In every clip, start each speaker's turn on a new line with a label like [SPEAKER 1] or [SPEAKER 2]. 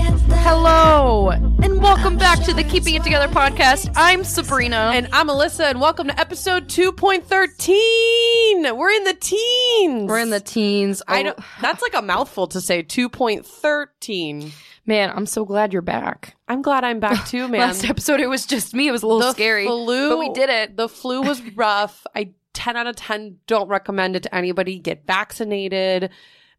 [SPEAKER 1] Hello, and welcome back to the Keeping It Together podcast. I'm Sabrina.
[SPEAKER 2] And I'm Alyssa, and welcome to episode 2.13. We're in the teens.
[SPEAKER 1] we're in the teens. Oh,
[SPEAKER 2] I don't. That's like a mouthful to say. 2.13.
[SPEAKER 1] Man, I'm so glad you're back.
[SPEAKER 2] I'm glad I'm back too, man.
[SPEAKER 1] Last episode, it was just me. It was a little
[SPEAKER 2] the
[SPEAKER 1] scary,
[SPEAKER 2] flu,
[SPEAKER 1] but we did it.
[SPEAKER 2] The flu was rough. I 10 out of 10 don't recommend it to anybody. Get vaccinated.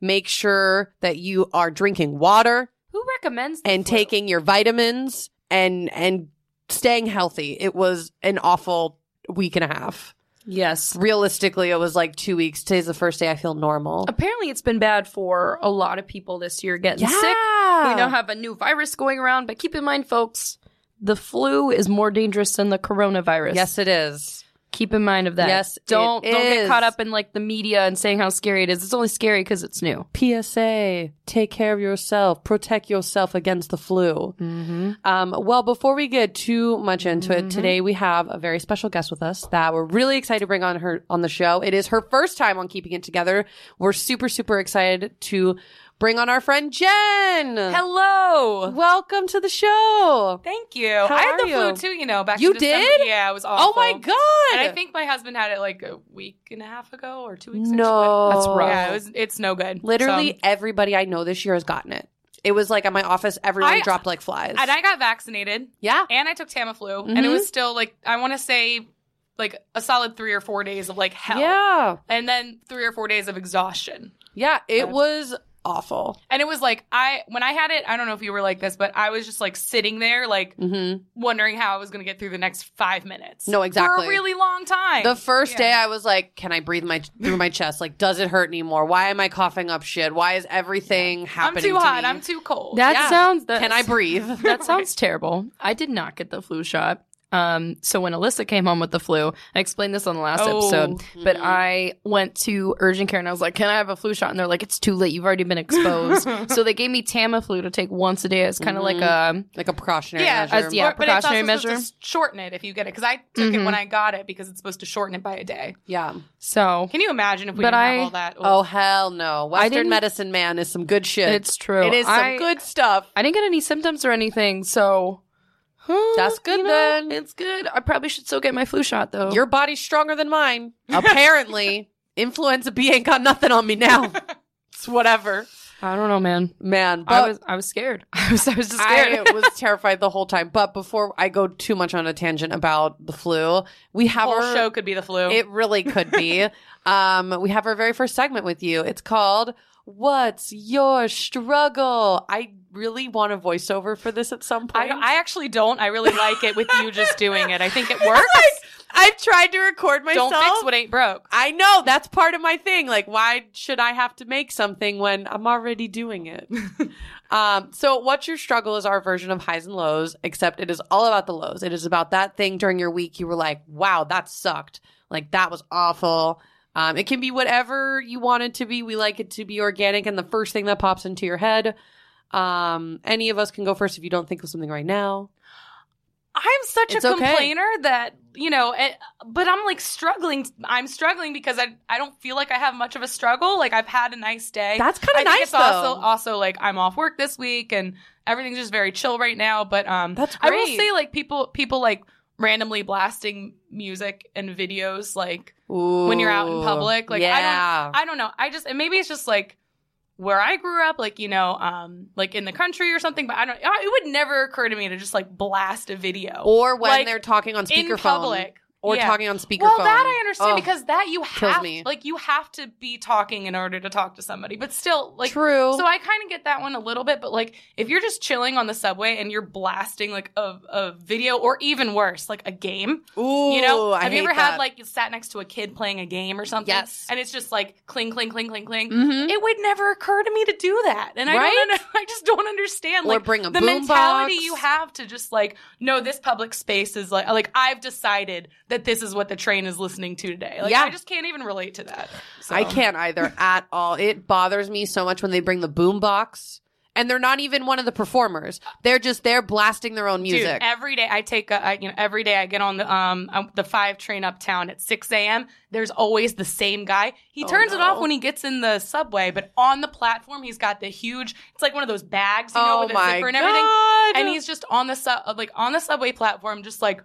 [SPEAKER 2] Make sure that you are drinking water
[SPEAKER 1] Who recommends the
[SPEAKER 2] and
[SPEAKER 1] flu?
[SPEAKER 2] taking your vitamins and and staying healthy. It was an awful week and a half.
[SPEAKER 1] Yes.
[SPEAKER 2] realistically, it was like two weeks. Today's the first day I feel normal.
[SPEAKER 3] Uh,
[SPEAKER 1] Apparently, it's been bad for a lot of people this year getting sick. We now have a new virus going around, but keep in mind, folks, the flu is more dangerous than the coronavirus.
[SPEAKER 2] Yes, it is.
[SPEAKER 1] keep in mind of that.
[SPEAKER 2] Yes, it
[SPEAKER 1] don't don't get
[SPEAKER 2] is.
[SPEAKER 1] caught up in like the media and saying how scary it is. It's only scary because it's new.
[SPEAKER 2] PSA: Take care of yourself. Protect yourself against the flu.
[SPEAKER 1] Mm-hmm.
[SPEAKER 2] Um, well, before we get too much into
[SPEAKER 3] Mm-hmm.
[SPEAKER 2] it, today we have a very special guest with us that we're really excited to bring on her on the show. It is her first time on Keeping It Together. We're super super excited to bring on our friend Jen.
[SPEAKER 3] Hello.
[SPEAKER 2] Welcome to the show.
[SPEAKER 3] Thank you.
[SPEAKER 2] How
[SPEAKER 3] I had
[SPEAKER 2] are
[SPEAKER 3] the flu
[SPEAKER 2] you?
[SPEAKER 3] too, you know, back
[SPEAKER 2] You
[SPEAKER 3] in December.
[SPEAKER 2] did?
[SPEAKER 3] Yeah, it was awful.
[SPEAKER 2] Oh my god!
[SPEAKER 3] And I think my husband had it like a week and a half ago or two weeks ago.
[SPEAKER 2] no,
[SPEAKER 1] That's rough.
[SPEAKER 3] Yeah, it was it's no good.
[SPEAKER 2] Literally
[SPEAKER 3] So-
[SPEAKER 2] everybody I know this year has gotten it. It was like at my office, everyone
[SPEAKER 3] I-
[SPEAKER 2] dropped like flies.
[SPEAKER 3] and I got vaccinated
[SPEAKER 2] yeah.
[SPEAKER 3] and I took Tamiflu and it
[SPEAKER 2] Mhm.
[SPEAKER 3] was still like I want to say like a solid 3 or 4 days of like hell.
[SPEAKER 2] Yeah.
[SPEAKER 3] And then 3 or 4 days of exhaustion.
[SPEAKER 2] Yeah. It was awful.
[SPEAKER 3] And it was like I when I had it, I don't know if you were like this, but I was just like sitting there like
[SPEAKER 2] Mm-hmm.
[SPEAKER 3] wondering how I was going to get through the next 5 minutes.
[SPEAKER 2] No,
[SPEAKER 3] For
[SPEAKER 2] exactly.
[SPEAKER 3] a really long time.
[SPEAKER 2] The first
[SPEAKER 3] Yeah.
[SPEAKER 2] day I was like, can I breathe my through my chest? Like, does it hurt anymore? Why am I coughing up shit? Why is everything
[SPEAKER 3] I'm
[SPEAKER 2] happening?
[SPEAKER 3] too
[SPEAKER 2] to
[SPEAKER 3] hot.
[SPEAKER 2] me?
[SPEAKER 3] I'm too cold.
[SPEAKER 1] That
[SPEAKER 2] Yeah.
[SPEAKER 1] sounds. That,
[SPEAKER 2] Can I breathe?
[SPEAKER 1] that sounds terrible. I did not get the flu shot. Um, so when Alyssa came home with the flu, I explained this on the last
[SPEAKER 3] Oh.
[SPEAKER 1] episode, but I went to urgent care and I was like, "Can I have a flu shot?" And they're like, "It's too late. You've already been exposed." so they gave me Tamiflu to take once a day. It's kind of like um, a
[SPEAKER 2] like a precautionary
[SPEAKER 3] Yeah,
[SPEAKER 2] measure.
[SPEAKER 1] as- yeah.
[SPEAKER 3] Or- but it's also
[SPEAKER 1] precautionary
[SPEAKER 3] supposed to
[SPEAKER 1] measure.
[SPEAKER 3] s- shorten it if you get it because I took it when I got it because it's supposed to shorten it by a day.
[SPEAKER 2] Yeah.
[SPEAKER 1] so
[SPEAKER 3] Can you imagine if we
[SPEAKER 1] But
[SPEAKER 3] didn't
[SPEAKER 1] I-
[SPEAKER 3] have all that?
[SPEAKER 2] Oh hell no! Western
[SPEAKER 1] didn't-
[SPEAKER 2] medicine, man, is some good shit.
[SPEAKER 1] it's true.
[SPEAKER 2] It is some
[SPEAKER 1] I-
[SPEAKER 2] good stuff.
[SPEAKER 1] I didn't get any symptoms or anything, so huh,
[SPEAKER 2] That's good
[SPEAKER 1] you know,
[SPEAKER 2] then.
[SPEAKER 1] It's good. I probably should still get my flu shot though.
[SPEAKER 2] Your body's stronger than mine. Apparently, influenza B ain't got nothing on me now. It's whatever,
[SPEAKER 1] I don't know, man.
[SPEAKER 2] man. But
[SPEAKER 1] I was I was scared. I was I was just scared.
[SPEAKER 2] I was terrified the whole time. But before I go too much on a tangent about the flu, we
[SPEAKER 3] the
[SPEAKER 2] have
[SPEAKER 3] whole
[SPEAKER 2] our
[SPEAKER 3] show could be the flu.
[SPEAKER 2] It really could be. um, we have our very first segment with you. It's called "What's Your Struggle." I really want a voiceover for this at some
[SPEAKER 3] I,
[SPEAKER 2] point.
[SPEAKER 3] don't- I actually don't. I really like it with you just doing it. I think it works.
[SPEAKER 2] I've tried to record myself.
[SPEAKER 3] don't fix what ain't broke.
[SPEAKER 2] I know that's part of my thing. Like, why should I have to make something when I'm already doing it? um, so, what's your struggle is our version of highs and lows, except it is all about the lows. It is about that thing during your week you were like, wow, that sucked. Like, that was awful. Um, it can be whatever you want it to be. We like it to be organic and the first thing that pops into your head. Um, any of us can go first if you don't think of something right now.
[SPEAKER 3] I'm such
[SPEAKER 2] It's
[SPEAKER 3] a
[SPEAKER 2] okay.
[SPEAKER 3] complainer that you know, it, but I'm like struggling. I'm struggling because I I don't feel like I have much of a struggle. Like I've had a nice day.
[SPEAKER 2] That's kind
[SPEAKER 3] I
[SPEAKER 2] of
[SPEAKER 3] think
[SPEAKER 2] nice,
[SPEAKER 3] it's
[SPEAKER 2] though.
[SPEAKER 3] also also like I'm off work this week and everything's just very chill right now. But um,
[SPEAKER 2] That's
[SPEAKER 3] I will
[SPEAKER 2] great.
[SPEAKER 3] say like people people like randomly blasting music and videos like when you're out in
[SPEAKER 2] Ooh,
[SPEAKER 3] public, like, I don't-
[SPEAKER 2] yeah.
[SPEAKER 3] I don't know. I just and maybe it's just like where I grew up, like you know, um, like in the country or something. But I don't. I- It would never occur to me to just like blast a video
[SPEAKER 2] or when
[SPEAKER 3] like,
[SPEAKER 2] they're talking on speakerphone
[SPEAKER 3] in public.
[SPEAKER 2] or
[SPEAKER 3] Yeah.
[SPEAKER 2] talking on speakerphone.
[SPEAKER 3] Well, that I understand
[SPEAKER 2] Ugh.
[SPEAKER 3] because that you
[SPEAKER 2] kills
[SPEAKER 3] have,
[SPEAKER 2] me.
[SPEAKER 3] like, you have to be talking in order to talk to somebody. But still, like,
[SPEAKER 2] True.
[SPEAKER 3] So I kind of get that one a little bit, but like if you're just chilling on the subway and you're blasting like a, a video or even worse, like a game,
[SPEAKER 2] Ooh,
[SPEAKER 3] you know,
[SPEAKER 2] I
[SPEAKER 3] have you
[SPEAKER 2] hate
[SPEAKER 3] ever
[SPEAKER 2] that.
[SPEAKER 3] had like you sat next to a kid playing a game or something?
[SPEAKER 2] Yes.
[SPEAKER 3] And it's just like cling, cling, cling, cling, cling.
[SPEAKER 2] Mhm.
[SPEAKER 3] It would never occur to me to do that, and I
[SPEAKER 2] Right?
[SPEAKER 3] don't. under- I just don't understand.
[SPEAKER 2] Or
[SPEAKER 3] like
[SPEAKER 2] bring a
[SPEAKER 3] the
[SPEAKER 2] boom
[SPEAKER 3] mentality
[SPEAKER 2] box.
[SPEAKER 3] you have to just like no, this public space is like like I've decided that this is what the train is listening to today. Like
[SPEAKER 2] Yeah.
[SPEAKER 3] I just can't even relate to that. So.
[SPEAKER 2] I can't either at all. It bothers me so much when they bring the boom box and they're not even one of the performers. They're just there blasting their own music.
[SPEAKER 3] Dude, every day I take a, I, you know, every day I get on the um um, the five train uptown at six a.m. There's always the same guy. He
[SPEAKER 2] Oh,
[SPEAKER 3] turns it
[SPEAKER 2] no.
[SPEAKER 3] off when he gets in the subway, but on the platform he's got the huge. It's like one of those bags, you know,
[SPEAKER 2] oh
[SPEAKER 3] with a
[SPEAKER 2] my
[SPEAKER 3] zipper and
[SPEAKER 2] god!
[SPEAKER 3] everything. And he's just on the sub, like on the subway platform, just like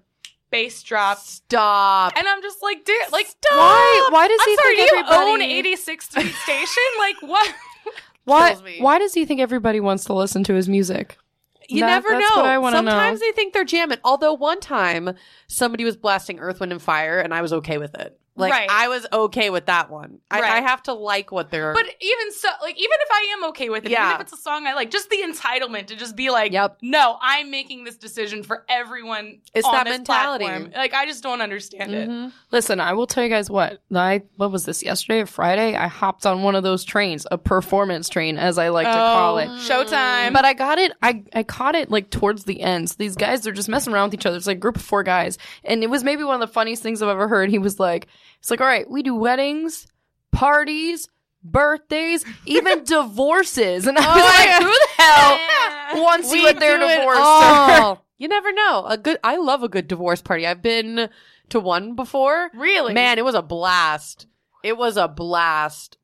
[SPEAKER 3] bass drop.
[SPEAKER 2] stop.
[SPEAKER 3] And I'm just like, dude, like,
[SPEAKER 1] Why? Why does
[SPEAKER 3] I'm
[SPEAKER 1] he
[SPEAKER 3] sorry, do
[SPEAKER 1] think
[SPEAKER 3] you
[SPEAKER 1] everybody?
[SPEAKER 3] own 86th Street Station? Like, what?
[SPEAKER 1] why?
[SPEAKER 2] Kills me.
[SPEAKER 1] Why does he think everybody wants to listen to his music?
[SPEAKER 2] You
[SPEAKER 1] That-
[SPEAKER 2] never
[SPEAKER 1] that's
[SPEAKER 2] know.
[SPEAKER 1] what I wanna know.
[SPEAKER 2] Sometimes they think they're jamming. Although one time somebody was blasting Earth, Wind, and Fire, and I was okay with it. Like
[SPEAKER 3] Right.
[SPEAKER 2] I was okay with that one. I,
[SPEAKER 3] Right.
[SPEAKER 2] I have to like what they're.
[SPEAKER 3] But even so, like, even if I am okay with it,
[SPEAKER 2] Yeah.
[SPEAKER 3] even if it's a song I like, just the entitlement to just be like,
[SPEAKER 2] Yep.
[SPEAKER 3] no, I'm making this decision for everyone.
[SPEAKER 2] It's
[SPEAKER 3] on
[SPEAKER 2] that
[SPEAKER 3] this
[SPEAKER 2] mentality.
[SPEAKER 3] platform. Like, I just don't understand it.
[SPEAKER 2] Mhm.
[SPEAKER 1] Listen, I will tell you guys what. I what was this yesterday or Friday? I hopped on one of those trains, a performance train, as I like to call it.
[SPEAKER 3] Oh, Showtime.
[SPEAKER 1] But I got it. I, I caught it like towards the end. So these guys are just messing around with each other. It's like a group of four guys, and it was maybe one of the funniest things I've ever heard. He was like, "It's like all right, we do weddings, parties, birthdays, even divorces." And I was like, "Who the hell
[SPEAKER 3] Oh,
[SPEAKER 1] wants
[SPEAKER 2] We
[SPEAKER 1] you at their
[SPEAKER 2] do it
[SPEAKER 1] divorce?"
[SPEAKER 2] all. you never know. A good. I love a good divorce party. I've been to one before.
[SPEAKER 3] really,
[SPEAKER 2] Man, it was a blast. It was a blast.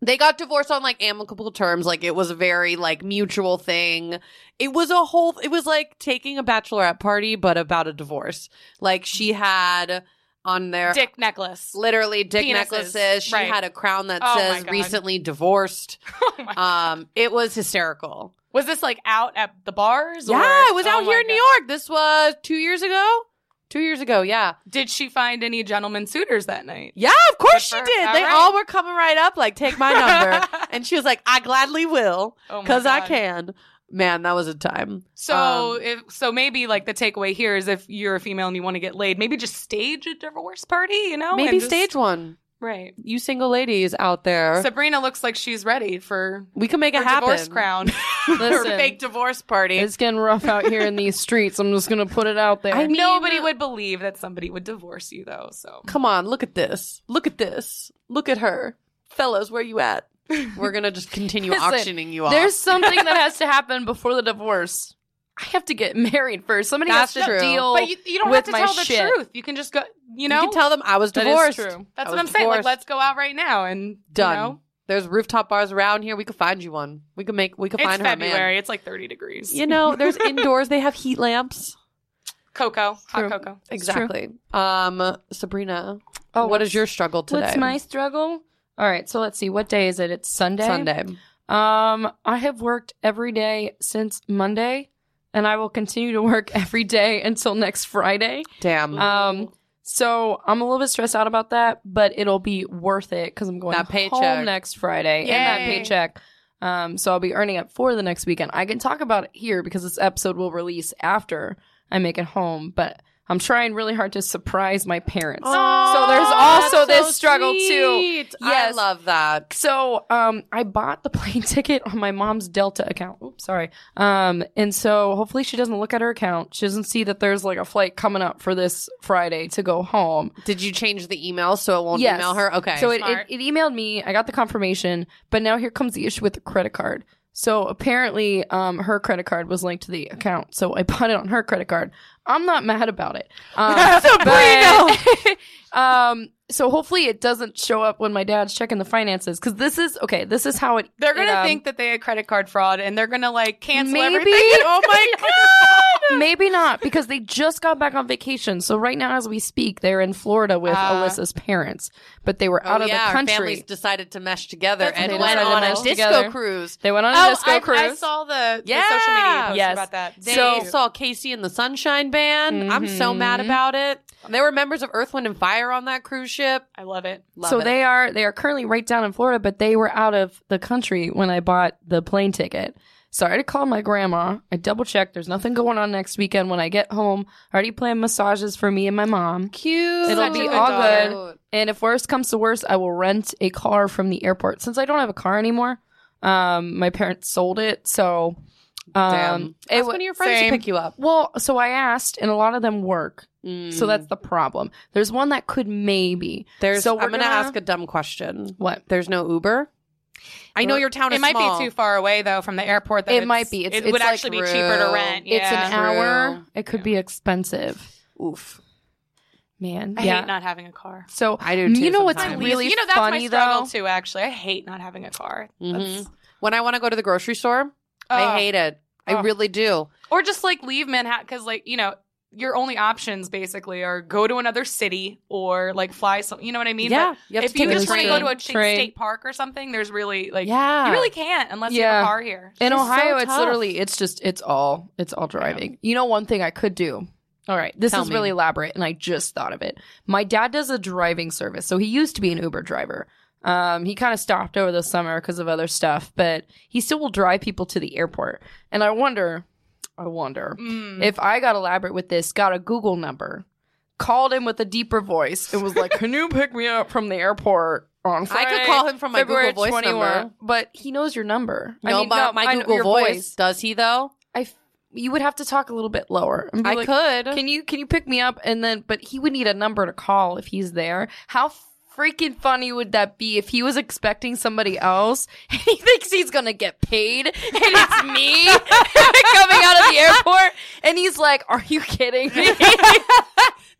[SPEAKER 2] They got divorced on like amicable terms. Like it was a very like mutual thing. It was a whole it was like taking a bachelorette party but about a divorce. Like she had on their
[SPEAKER 3] dick necklace.
[SPEAKER 2] literally dick
[SPEAKER 3] Penises,
[SPEAKER 2] necklaces. She
[SPEAKER 3] right.
[SPEAKER 2] had a crown that
[SPEAKER 3] Oh my
[SPEAKER 2] says
[SPEAKER 3] God.
[SPEAKER 2] recently divorced.
[SPEAKER 3] Oh my-
[SPEAKER 2] Um it was hysterical.
[SPEAKER 3] was this like out at the bars?
[SPEAKER 2] Yeah,
[SPEAKER 3] or-
[SPEAKER 2] I was
[SPEAKER 3] Oh
[SPEAKER 2] out
[SPEAKER 3] my
[SPEAKER 2] here in New
[SPEAKER 3] God.
[SPEAKER 2] York. This was two years ago. Two years ago, yeah,
[SPEAKER 3] Did she find any gentlemen suitors that night?
[SPEAKER 2] yeah. Of course
[SPEAKER 3] Good
[SPEAKER 2] she
[SPEAKER 3] for
[SPEAKER 2] did.
[SPEAKER 3] her.
[SPEAKER 2] They
[SPEAKER 3] All right.
[SPEAKER 2] all were coming right up, like take my number, and she was like, "I gladly will,
[SPEAKER 3] Oh my
[SPEAKER 2] cause I
[SPEAKER 3] God.
[SPEAKER 2] can." Man, that was a time.
[SPEAKER 3] So,
[SPEAKER 2] Um,
[SPEAKER 3] if so, maybe like the takeaway here is if you're a female and you want to get laid, maybe just stage a divorce party, you know?
[SPEAKER 2] Maybe
[SPEAKER 3] and just-
[SPEAKER 2] stage one.
[SPEAKER 3] right.
[SPEAKER 2] You single ladies out there,
[SPEAKER 3] Sabrina looks like she's ready for
[SPEAKER 2] we can make
[SPEAKER 3] her
[SPEAKER 2] it happen.
[SPEAKER 3] divorce crown.
[SPEAKER 1] Listen.
[SPEAKER 2] Her fake divorce party.
[SPEAKER 1] It's getting rough out here in these streets. I'm just gonna put it out there.
[SPEAKER 2] I mean-
[SPEAKER 3] Nobody would believe that somebody would divorce you, though. So
[SPEAKER 2] Come on, look at this. Look at this. Look at her, fellas. Where you at? We're gonna just continue
[SPEAKER 1] Listen,
[SPEAKER 2] auctioning you off.
[SPEAKER 1] There's something that has to happen before the divorce. I have to get married first. Somebody
[SPEAKER 2] That's
[SPEAKER 1] has to
[SPEAKER 2] true.
[SPEAKER 1] deal.
[SPEAKER 3] but you, you don't
[SPEAKER 1] With
[SPEAKER 3] have to
[SPEAKER 1] my
[SPEAKER 3] tell the
[SPEAKER 1] shit.
[SPEAKER 3] truth. You can just go. You know,
[SPEAKER 2] you can tell them I was
[SPEAKER 1] That is
[SPEAKER 2] divorced.
[SPEAKER 1] true.
[SPEAKER 3] that's
[SPEAKER 2] I
[SPEAKER 3] what
[SPEAKER 2] was
[SPEAKER 3] I'm saying. Like,
[SPEAKER 2] divorced.
[SPEAKER 3] let's go out right now and
[SPEAKER 2] Done.
[SPEAKER 3] You know,
[SPEAKER 2] There's rooftop bars around here. We could find you one. We could make. We could
[SPEAKER 3] it's
[SPEAKER 2] find her a man.
[SPEAKER 3] February. It's like 30 degrees.
[SPEAKER 2] You know, there's indoors. They have heat lamps.
[SPEAKER 3] cocoa,
[SPEAKER 1] True.
[SPEAKER 3] hot cocoa.
[SPEAKER 1] It's true.
[SPEAKER 2] Exactly. Um, Sabrina, Oh, what is your struggle today?
[SPEAKER 1] Oh, What's my struggle? All right, so let's see. What day is it? It's Sunday.
[SPEAKER 2] Sunday?
[SPEAKER 1] Um, I have worked every day since Monday, and I will continue to work every day until next Friday.
[SPEAKER 2] Damn,
[SPEAKER 1] Um, so I'm a little bit stressed out about that, but it'll be worth it because I'm going
[SPEAKER 2] That paycheck.
[SPEAKER 1] home next Friday and that
[SPEAKER 3] Yay.
[SPEAKER 1] paycheck. Um, so I'll be earning it for the next weekend. I can talk about it here because this episode will release after I make it home, but I'm trying really hard to surprise my parents. so there's also this struggle, too.
[SPEAKER 2] too. I
[SPEAKER 1] Yes.
[SPEAKER 2] love that.
[SPEAKER 1] So, um, I bought the plane ticket on my mom's Delta account. Oops, sorry. Um, and so hopefully she doesn't look at her account. She doesn't see that there's like a flight coming up for this Friday to go home.
[SPEAKER 2] Did you change the email so it won't
[SPEAKER 1] Yes.
[SPEAKER 2] email her? Okay.
[SPEAKER 1] So it, it,
[SPEAKER 3] Smart.
[SPEAKER 1] it emailed me. I got the confirmation, but now here comes the issue with the credit card. So apparently, um, her credit card was linked to the account. So I bought it on her credit card. I'm not mad about it.
[SPEAKER 2] Oh,
[SPEAKER 1] Um, but- um, so hopefully it doesn't show up when my dad's checking the finances because this is okay. This is how it.
[SPEAKER 3] They're gonna
[SPEAKER 1] it, um,
[SPEAKER 3] think that they had credit card fraud, and they're gonna like cancel
[SPEAKER 1] Maybe.
[SPEAKER 3] everything. Oh my god!
[SPEAKER 1] Maybe not because they just got back on vacation. So right now, as we speak, they're in Florida with
[SPEAKER 3] Ah.
[SPEAKER 1] Alyssa's parents, but they were
[SPEAKER 2] Uh. Oh,
[SPEAKER 1] out of
[SPEAKER 2] yeah,
[SPEAKER 1] the
[SPEAKER 2] our
[SPEAKER 1] country.
[SPEAKER 2] families decided to mesh together
[SPEAKER 3] That's what
[SPEAKER 2] and
[SPEAKER 1] they
[SPEAKER 2] went
[SPEAKER 1] decided to
[SPEAKER 2] on a
[SPEAKER 1] mesh
[SPEAKER 2] disco
[SPEAKER 1] together.
[SPEAKER 2] cruise.
[SPEAKER 1] they went on a
[SPEAKER 2] Oh,
[SPEAKER 1] disco
[SPEAKER 2] I- I
[SPEAKER 1] cruise.
[SPEAKER 3] I saw the, the
[SPEAKER 2] Yeah.
[SPEAKER 3] social media post
[SPEAKER 1] Yes.
[SPEAKER 3] about that.
[SPEAKER 2] They
[SPEAKER 1] So-
[SPEAKER 2] saw Casey and the Sunshine Band. I'm so mad
[SPEAKER 1] Mhm.
[SPEAKER 2] about it. There were members of Earth, Wind, and Fire on that cruise ship.
[SPEAKER 3] I love it.
[SPEAKER 2] Love
[SPEAKER 1] so
[SPEAKER 2] it.
[SPEAKER 1] they are they are currently right down in Florida, but they were out of the country when I bought the plane ticket. So I already called my grandma. I double checked. There's nothing going on next weekend when I get home. I already planned massages for me and my mom.
[SPEAKER 2] cute.
[SPEAKER 1] It'll
[SPEAKER 3] Such
[SPEAKER 1] be
[SPEAKER 3] a good
[SPEAKER 1] all
[SPEAKER 3] daughter.
[SPEAKER 1] good. And if worst comes to worst, I will rent a car from the airport since I don't have a car anymore. Um, my parents sold it, so um,
[SPEAKER 2] Damn.
[SPEAKER 1] it
[SPEAKER 2] Ask
[SPEAKER 1] wa-
[SPEAKER 2] one of your friends
[SPEAKER 3] same.
[SPEAKER 2] to pick you up.
[SPEAKER 1] well, so I asked, and a lot of them work.
[SPEAKER 2] Mm.
[SPEAKER 1] So that's the problem. There's one that could maybe.
[SPEAKER 2] there's.
[SPEAKER 1] so
[SPEAKER 2] I'm
[SPEAKER 1] we're
[SPEAKER 2] gonna,
[SPEAKER 1] gonna-
[SPEAKER 2] ask a dumb question.
[SPEAKER 1] What?
[SPEAKER 2] There's no Uber. I know your town is
[SPEAKER 3] It might
[SPEAKER 2] small.
[SPEAKER 3] be too far away though from the airport. That
[SPEAKER 1] It might
[SPEAKER 3] it's-
[SPEAKER 1] be. It's-
[SPEAKER 3] it
[SPEAKER 1] it's
[SPEAKER 3] would
[SPEAKER 1] like
[SPEAKER 3] actually be cheaper to
[SPEAKER 2] rural.
[SPEAKER 3] rent.
[SPEAKER 1] It's
[SPEAKER 3] yeah.
[SPEAKER 1] an hour.
[SPEAKER 2] True.
[SPEAKER 1] It could be expensive.
[SPEAKER 2] Oof.
[SPEAKER 1] Man,
[SPEAKER 3] I
[SPEAKER 1] yeah.
[SPEAKER 3] hate not having a car.
[SPEAKER 1] So
[SPEAKER 2] I do too
[SPEAKER 1] you know what's
[SPEAKER 2] sometimes.
[SPEAKER 1] really
[SPEAKER 3] you know that's
[SPEAKER 1] funny
[SPEAKER 3] my struggle
[SPEAKER 1] though. Mm-hmm.
[SPEAKER 3] too. Actually, I hate not having a car. That's-
[SPEAKER 2] When I want to go to the grocery store, I
[SPEAKER 3] Ugh.
[SPEAKER 2] hate it. I
[SPEAKER 3] Oh.
[SPEAKER 2] really do.
[SPEAKER 3] or just like leave Manhattan because like you know your only options basically are go to another city or like fly some. You know what I mean?
[SPEAKER 2] yeah. You
[SPEAKER 3] But
[SPEAKER 2] have
[SPEAKER 3] if
[SPEAKER 2] to
[SPEAKER 3] you
[SPEAKER 2] take
[SPEAKER 3] just
[SPEAKER 2] the
[SPEAKER 3] want to
[SPEAKER 2] train.
[SPEAKER 3] go to a ch-
[SPEAKER 1] Train.
[SPEAKER 3] state park or something, there's really like
[SPEAKER 2] yeah.
[SPEAKER 3] you really can't unless you
[SPEAKER 1] Yeah.
[SPEAKER 3] have a car here.
[SPEAKER 1] In
[SPEAKER 2] She's so
[SPEAKER 1] Ohio, it's
[SPEAKER 2] tough.
[SPEAKER 1] literally it's just it's all it's all driving. You know, one thing I could do. All right, this
[SPEAKER 2] Tell
[SPEAKER 1] is
[SPEAKER 2] me.
[SPEAKER 1] really elaborate, and I just thought of it. My dad does a driving service, so he used to be an Uber driver. Um, he kind of stopped over the summer because of other stuff, but he still will drive people to the airport. And I wonder, I wonder
[SPEAKER 3] Mm.
[SPEAKER 1] if I got elaborate with this, got a Google number, called him with a deeper voice, and was like, "Can you pick me up from the airport on
[SPEAKER 2] I
[SPEAKER 1] Friday?"
[SPEAKER 2] could call him from my
[SPEAKER 1] February
[SPEAKER 2] Google Voice
[SPEAKER 1] 21,
[SPEAKER 2] number.
[SPEAKER 1] but he knows your number.
[SPEAKER 2] No,
[SPEAKER 1] mean,
[SPEAKER 2] but
[SPEAKER 1] I
[SPEAKER 2] my
[SPEAKER 1] know
[SPEAKER 2] Google
[SPEAKER 1] your
[SPEAKER 2] voice, Does he though?
[SPEAKER 1] I f- you would have to talk a little bit lower. And be
[SPEAKER 2] I
[SPEAKER 1] like,
[SPEAKER 2] could.
[SPEAKER 1] Can you can you pick me up? And then, but he would need a number to call if he's there. How freaking funny would that be if he was expecting somebody else and he thinks he's gonna get paid and it's me coming out of the airport and he's like, "Are you kidding me?"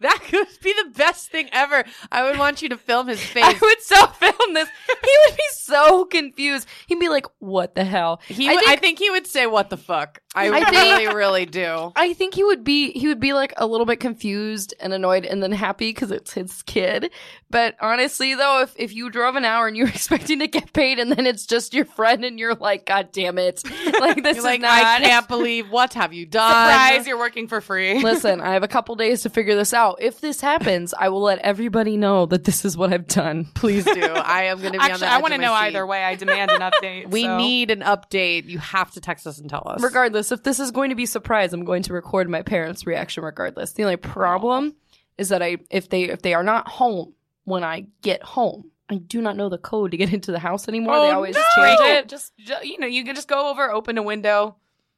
[SPEAKER 2] that could be the best thing ever. I would want you to film his
[SPEAKER 1] I
[SPEAKER 2] face.
[SPEAKER 1] would so film this. He would be so confused. He'd be like, "What the hell?"
[SPEAKER 2] he,
[SPEAKER 1] I
[SPEAKER 2] would- I, think,
[SPEAKER 1] think-
[SPEAKER 2] he would say, "What the fuck?" I,
[SPEAKER 1] I
[SPEAKER 2] really,
[SPEAKER 1] think-
[SPEAKER 2] really do.
[SPEAKER 1] I think he would be he would be like a little bit confused and annoyed and then happy because it's his kid. But honestly though, if if you drove an hour and you were expecting to get paid and then it's just your friend and you're like, God damn it. Like this
[SPEAKER 2] You're
[SPEAKER 1] is
[SPEAKER 2] like,
[SPEAKER 1] not
[SPEAKER 2] I can't believe what have you done?
[SPEAKER 3] Surprise! You're working for free.
[SPEAKER 1] Listen, I have a couple days to figure this out. If this happens, I will let everybody know that this is what I've done.
[SPEAKER 2] Please do. I am going to be on the
[SPEAKER 3] Actually, I
[SPEAKER 2] edge
[SPEAKER 3] want to
[SPEAKER 2] of my
[SPEAKER 3] know
[SPEAKER 2] seat.
[SPEAKER 3] either way. I demand an update.
[SPEAKER 2] We
[SPEAKER 3] so.
[SPEAKER 2] need an update. You have to text us and tell us.
[SPEAKER 1] Regardless, if this is going to be surprise, I'm going to record my parents' reaction regardless. The only problem is that I if they if they are not home when I get home, I do not know the code to get into the house anymore. they
[SPEAKER 3] Oh,
[SPEAKER 1] always
[SPEAKER 3] no!
[SPEAKER 1] change it.
[SPEAKER 3] Just, ju- you know, you can just go over, open a window.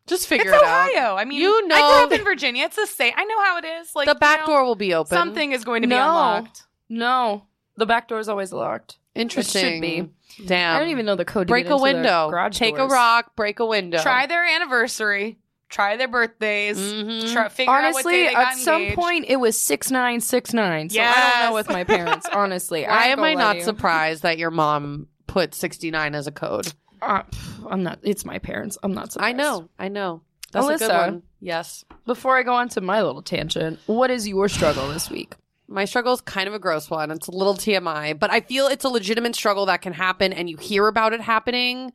[SPEAKER 2] Just figure
[SPEAKER 3] it's
[SPEAKER 2] it out.
[SPEAKER 3] Ohio. I mean,
[SPEAKER 2] You
[SPEAKER 3] I
[SPEAKER 2] know-
[SPEAKER 3] grew up in Virginia. It's the same. I know how it is. Like
[SPEAKER 2] the back
[SPEAKER 3] you know,
[SPEAKER 2] door will be open.
[SPEAKER 3] something is going to be
[SPEAKER 1] No.
[SPEAKER 3] unlocked.
[SPEAKER 1] No. The back door is always locked.
[SPEAKER 2] interesting.
[SPEAKER 1] It
[SPEAKER 2] should be. Damn.
[SPEAKER 1] I don't even know the code to
[SPEAKER 2] Um, break
[SPEAKER 1] get
[SPEAKER 2] a
[SPEAKER 1] into the
[SPEAKER 2] window.
[SPEAKER 1] garage
[SPEAKER 2] Take
[SPEAKER 1] doors.
[SPEAKER 2] a rock. Break a window.
[SPEAKER 3] Try thery anniversary. Try their birthdays.
[SPEAKER 2] Mhm.
[SPEAKER 3] Try, figure out what day
[SPEAKER 1] Honestly,
[SPEAKER 3] they got
[SPEAKER 1] at some
[SPEAKER 3] engaged.
[SPEAKER 1] point it was six nine six nine. So I don't
[SPEAKER 3] Yes.
[SPEAKER 1] know with my parents. Honestly,
[SPEAKER 2] Why
[SPEAKER 1] ain't
[SPEAKER 2] am
[SPEAKER 1] gonna lie
[SPEAKER 2] I not
[SPEAKER 1] to you.
[SPEAKER 2] surprised that your mom put 69 as a code?
[SPEAKER 1] Uh, pff, I'm not. It's my parents. I'm not surprised.
[SPEAKER 2] I know. I know. That's a
[SPEAKER 1] Alyssa.
[SPEAKER 2] good one. Yes.
[SPEAKER 1] Before I go on to my little tangent, what is your struggle this week?
[SPEAKER 2] My struggle is kind of a gross one. It's a little TMI, but I feel it's a legitimate struggle that can happen and you hear about it happening.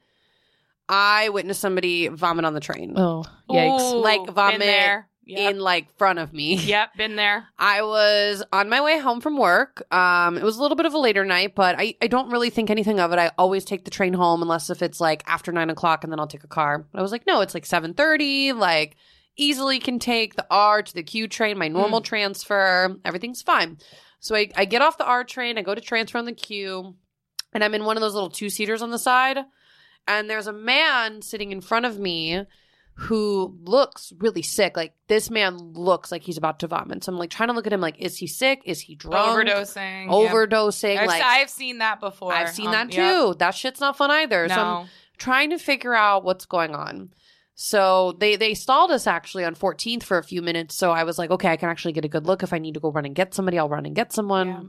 [SPEAKER 2] I witnessed somebody vomit on the train
[SPEAKER 1] Oh,
[SPEAKER 3] Ooh,
[SPEAKER 2] Like vomit
[SPEAKER 3] Been there. Yep.
[SPEAKER 2] in like front of me.
[SPEAKER 3] yep, been there.
[SPEAKER 2] I was on my way home from work. Um, it was a little bit of a later night, but I, I don't really think anything of it. I always take the train home unless if it's like after nine o'clock and then I'll take a car. But I was like, no, it's like seven thirty, like easily can take the R to the Q train, my
[SPEAKER 3] Mm.
[SPEAKER 2] normal transfer, everything's fine. So I, I get off the R train, I go to transfer on the Q, and I'm in one of those little two seaters on the side, and there's a man sitting in front of me who looks really sick. Like this man looks like he's about to vomit. So I'm like trying to look at him like, is he sick? Is he drunk?
[SPEAKER 3] Overdosing. Yep.
[SPEAKER 2] Overdosing.
[SPEAKER 3] I've,
[SPEAKER 2] like
[SPEAKER 3] I've seen that before.
[SPEAKER 2] I've seen
[SPEAKER 3] Um,
[SPEAKER 2] that
[SPEAKER 3] yep.
[SPEAKER 2] too. That shit's not fun either. So I'm
[SPEAKER 3] No.
[SPEAKER 2] trying to figure out what's going on. So they they stalled us actually on 14th for a few minutes. So I was like, okay, I can actually get a good look. If I need to go run and get somebody, I'll run and get someone.
[SPEAKER 3] Yeah.
[SPEAKER 2] And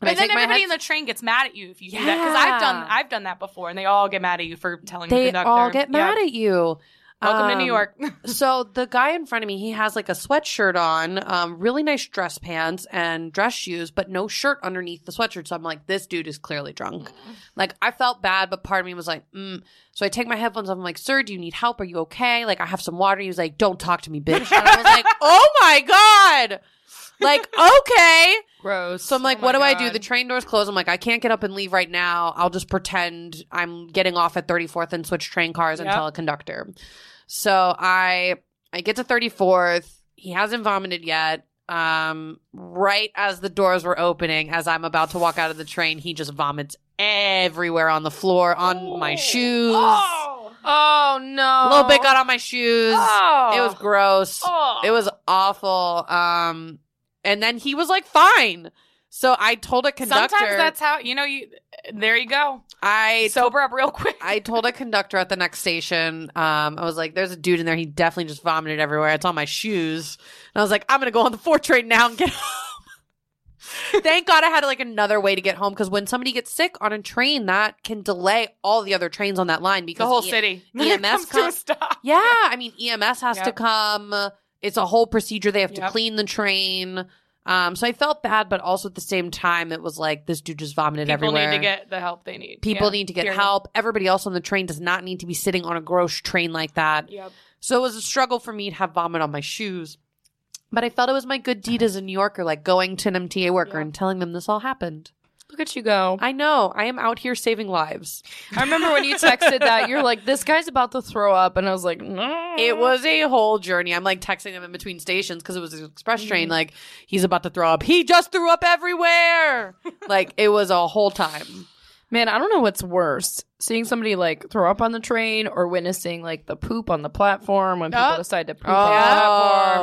[SPEAKER 2] I
[SPEAKER 3] But then
[SPEAKER 2] take my
[SPEAKER 3] everybody in
[SPEAKER 2] head-
[SPEAKER 3] the train gets mad at you if you do that because I've done
[SPEAKER 2] Yeah.
[SPEAKER 3] I've done that before, and they all get mad at you for telling the
[SPEAKER 2] they
[SPEAKER 3] conductor.
[SPEAKER 2] all get mad at you.
[SPEAKER 3] Welcome to
[SPEAKER 2] Um,
[SPEAKER 3] New York.
[SPEAKER 2] so the guy in front of me, he has like a sweatshirt on, um, really nice dress pants and dress shoes, but no shirt underneath the sweatshirt. So I'm like, this dude is clearly drunk. Like I felt bad, but part of me was like, mm. so I take my headphones off. I'm like, sir, do you need help? Are you okay? Like I have some water. He was like, don't talk to me, bitch. And I was like, oh my god. Like okay.
[SPEAKER 1] gross.
[SPEAKER 2] So I'm like,
[SPEAKER 3] Oh my
[SPEAKER 2] what do I do?
[SPEAKER 3] God.
[SPEAKER 2] The train door's closed. I'm like, I can't get up and leave right now. I'll just pretend I'm getting off at 34th and switch train cars and
[SPEAKER 3] Yep.
[SPEAKER 2] tell a conductor. So I I get to 34th. He hasn't vomited yet. Um, right as the doors were opening, as I'm about to walk out of the train, he just vomits everywhere on the floor, on my shoes.
[SPEAKER 3] Oh,
[SPEAKER 1] oh no,
[SPEAKER 2] A little bit got on my shoes.
[SPEAKER 1] Oh.
[SPEAKER 2] It was gross.
[SPEAKER 3] oh.
[SPEAKER 2] It was awful. Um, and then he was like fine. So I told a conductor.
[SPEAKER 3] Sometimes that's how you know you. There you go.
[SPEAKER 2] I
[SPEAKER 3] Sober up real quick.
[SPEAKER 2] I told a conductor at the next station, um, I was like, there's a dude in there. He definitely just vomited everywhere. It's on my shoes. And I was like, I'm going to go on the four train now and get home. Thank God I had like another way to get home because when somebody gets sick on a train, that can delay all the other trains on that line because
[SPEAKER 3] the whole
[SPEAKER 2] E-
[SPEAKER 3] city.
[SPEAKER 2] EMS
[SPEAKER 3] comes to a
[SPEAKER 2] comes-
[SPEAKER 3] stop.
[SPEAKER 2] Yeah. I mean, EMS has to
[SPEAKER 3] Yep.
[SPEAKER 2] come. It's a whole procedure. They have to
[SPEAKER 3] Yep.
[SPEAKER 2] clean the train. Um, so I felt bad, but also at the same time, it was like this dude just vomited
[SPEAKER 3] People
[SPEAKER 2] everywhere
[SPEAKER 3] need to get the help they need.
[SPEAKER 2] people
[SPEAKER 3] Yeah.
[SPEAKER 2] need to get
[SPEAKER 3] Period.
[SPEAKER 2] help everybody else on the train does not need to be sitting on a gross train like that
[SPEAKER 3] Yep.
[SPEAKER 2] so it was a struggle for me to have vomit on my shoes but i felt it was my good deed as a new yorker like going to an mta worker
[SPEAKER 3] Yeah.
[SPEAKER 2] and telling them this all happened
[SPEAKER 1] Look at you go.
[SPEAKER 2] i know i am out here saving lives
[SPEAKER 1] I remember when you texted that, you're like, this guy's about to throw up. And I was like, no.
[SPEAKER 2] it was a whole journey i'm like texting him in between stations because it was an express train like he's about to throw up he just threw up everywhere like it was a whole time
[SPEAKER 1] Man, I don't know what's worse seeing somebody like throw up on the train or witnessing like the poop on the platform when people
[SPEAKER 3] Oh.
[SPEAKER 1] decide to poop on
[SPEAKER 2] Oh.
[SPEAKER 3] That's,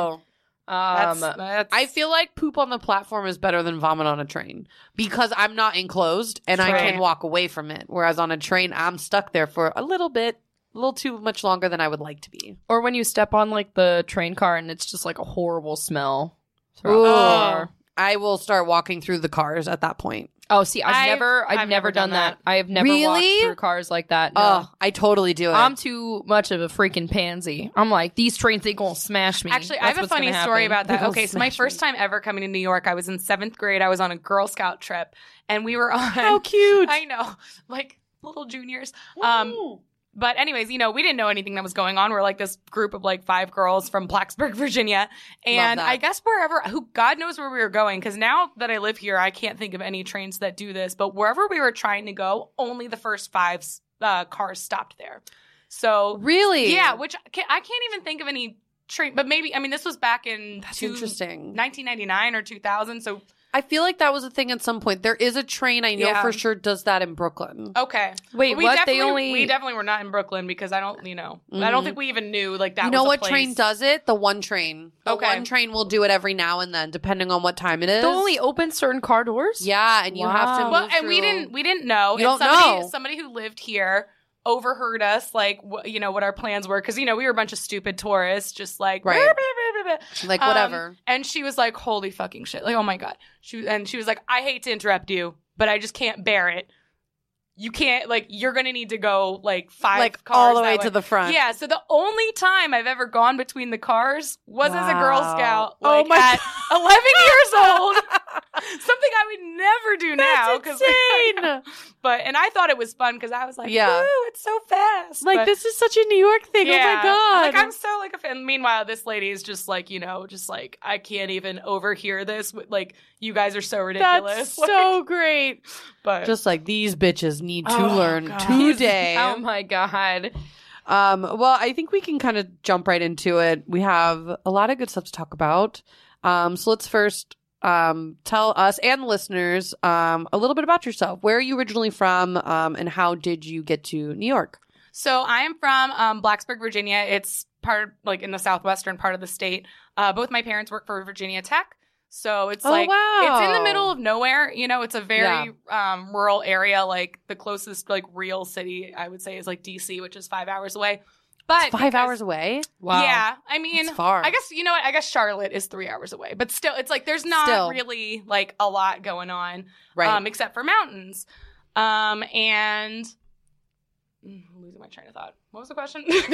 [SPEAKER 1] the platform. Um,
[SPEAKER 3] that's
[SPEAKER 2] I feel like poop on the platform is better than vomit on a train because I'm not enclosed and I
[SPEAKER 3] Right.
[SPEAKER 2] can walk away from it. Whereas on a train, I'm stuck there for a little bit, a little too much longer than I would like to be.
[SPEAKER 1] or when you step on like the train car and it's just like a horrible smell. throughout
[SPEAKER 2] Ooh.
[SPEAKER 1] the car.
[SPEAKER 2] I will start walking through the cars at that point.
[SPEAKER 1] Oh, see, I've,
[SPEAKER 3] I've-
[SPEAKER 1] never, I've, never, done, that. I have never
[SPEAKER 2] Really?
[SPEAKER 1] walked through cars like that. No.
[SPEAKER 2] Oh, I totally do it.
[SPEAKER 1] I'm too much of a freaking pansy. I'm like, these trains they gonna smash me.
[SPEAKER 3] Actually, I
[SPEAKER 1] That's
[SPEAKER 3] have a
[SPEAKER 1] what's
[SPEAKER 3] funny
[SPEAKER 1] gonna
[SPEAKER 3] story
[SPEAKER 1] happen.
[SPEAKER 3] about that.
[SPEAKER 2] People
[SPEAKER 3] Okay, so my
[SPEAKER 2] smash
[SPEAKER 3] first time ever coming to New York, I was in seventh grade. I was on a Girl Scout trip, and we were on.
[SPEAKER 2] How cute.
[SPEAKER 3] I know, like little juniors. Um, but anyways, you know, we didn't know anything that was going on. We're like this group of like five girls from Blacksburg, Virginia, and
[SPEAKER 2] that.
[SPEAKER 3] I guess wherever, who God knows where we were going, because now that I live here, I can't think of any trains that do this. But wherever we were trying to go, only the first five uh, cars stopped there. So
[SPEAKER 2] really?
[SPEAKER 3] yeah, which I can't, I can't even think of any train, but maybe I mean this was back in
[SPEAKER 2] That's
[SPEAKER 3] two-
[SPEAKER 2] interesting.
[SPEAKER 3] 1999 or 2000. So
[SPEAKER 2] I feel like that was a thing at some point. There is a train I know
[SPEAKER 3] Yeah.
[SPEAKER 2] for sure does that in Brooklyn. Oh,
[SPEAKER 3] okay,
[SPEAKER 1] Wait,
[SPEAKER 3] we
[SPEAKER 1] what?
[SPEAKER 3] Definitely,
[SPEAKER 1] They only
[SPEAKER 3] we definitely were not in Brooklyn because I don't you know I don't
[SPEAKER 2] Mhm.
[SPEAKER 3] think we even knew like that.
[SPEAKER 2] you know
[SPEAKER 3] was a
[SPEAKER 2] what
[SPEAKER 3] place.
[SPEAKER 2] train does it? The one train. The
[SPEAKER 3] Okay.
[SPEAKER 2] one train will do it every now and then, depending on what time it is.
[SPEAKER 1] they only open certain car doors.
[SPEAKER 2] Yeah, and you have
[SPEAKER 1] Wow.
[SPEAKER 2] to. Move
[SPEAKER 3] Well, and we
[SPEAKER 2] through-
[SPEAKER 3] didn't we didn't know.
[SPEAKER 2] You
[SPEAKER 3] and
[SPEAKER 2] don't
[SPEAKER 3] somebody,
[SPEAKER 2] know.
[SPEAKER 3] Somebody who lived here overheard us like wh- you know what our plans were because you know we were a bunch of stupid tourists just like
[SPEAKER 2] Right.
[SPEAKER 3] "Blah, blah, blah, blah, blah."
[SPEAKER 2] like
[SPEAKER 3] Um,
[SPEAKER 2] whatever.
[SPEAKER 3] and she was like, "Holy fucking shit!" Like, oh my god. She and she was like, "I hate to interrupt you, but I just can't bear it. You can't like you're gonna need to go like five
[SPEAKER 2] like
[SPEAKER 3] cars
[SPEAKER 2] all the way
[SPEAKER 3] that
[SPEAKER 2] to the front.
[SPEAKER 3] Yeah, so the only time I've ever gone between the cars was as a Girl
[SPEAKER 2] Wow.
[SPEAKER 3] Scout.
[SPEAKER 2] Oh
[SPEAKER 3] Like,
[SPEAKER 2] my
[SPEAKER 3] at eleven years old. Something I would never do now. 'cause-
[SPEAKER 2] insane.
[SPEAKER 3] but and I thought it was fun because I was like,
[SPEAKER 2] Yeah.
[SPEAKER 3] yeah, it's so fast.
[SPEAKER 2] like
[SPEAKER 3] But-
[SPEAKER 2] this is such a New York thing. Oh my
[SPEAKER 3] like
[SPEAKER 2] god.
[SPEAKER 3] I'm so like a fan. Meanwhile, this lady is just like you know, just like I can't even overhear this. With Like you guys are so ridiculous.
[SPEAKER 2] That's so great.
[SPEAKER 3] but
[SPEAKER 2] Just like these bitches need to
[SPEAKER 3] Oh,
[SPEAKER 2] learn
[SPEAKER 3] God.
[SPEAKER 2] today.
[SPEAKER 1] Oh my god.
[SPEAKER 2] Um, well, I think we can kind of jump right into it. We have a lot of good stuff to talk about. Um, so let's first um, tell us and the listeners um, a little bit about yourself. Where are you originally from, um, and how did you get to New York?
[SPEAKER 3] So I am from um, Blacksburg, Virginia. It's part like in the southwestern part of the state. Uh, both my parents work for Virginia Tech, so it's
[SPEAKER 2] Oh,
[SPEAKER 3] like
[SPEAKER 2] wow.
[SPEAKER 3] it's in the middle of nowhere. You know, it's a very um, rural area. Like the closest like real city I would say is like DC, which is five hours away. But
[SPEAKER 2] It's five
[SPEAKER 3] because-
[SPEAKER 2] hours away.
[SPEAKER 1] Wow.
[SPEAKER 3] Yeah, I mean,
[SPEAKER 2] It's far.
[SPEAKER 3] I guess you know what? I guess Charlotte is three hours away, but still, it's like there's not
[SPEAKER 2] Still.
[SPEAKER 3] really like a lot going on,
[SPEAKER 2] right.
[SPEAKER 3] um, except for mountains. Um, and Mm, I'm losing my train of thought. What was the question?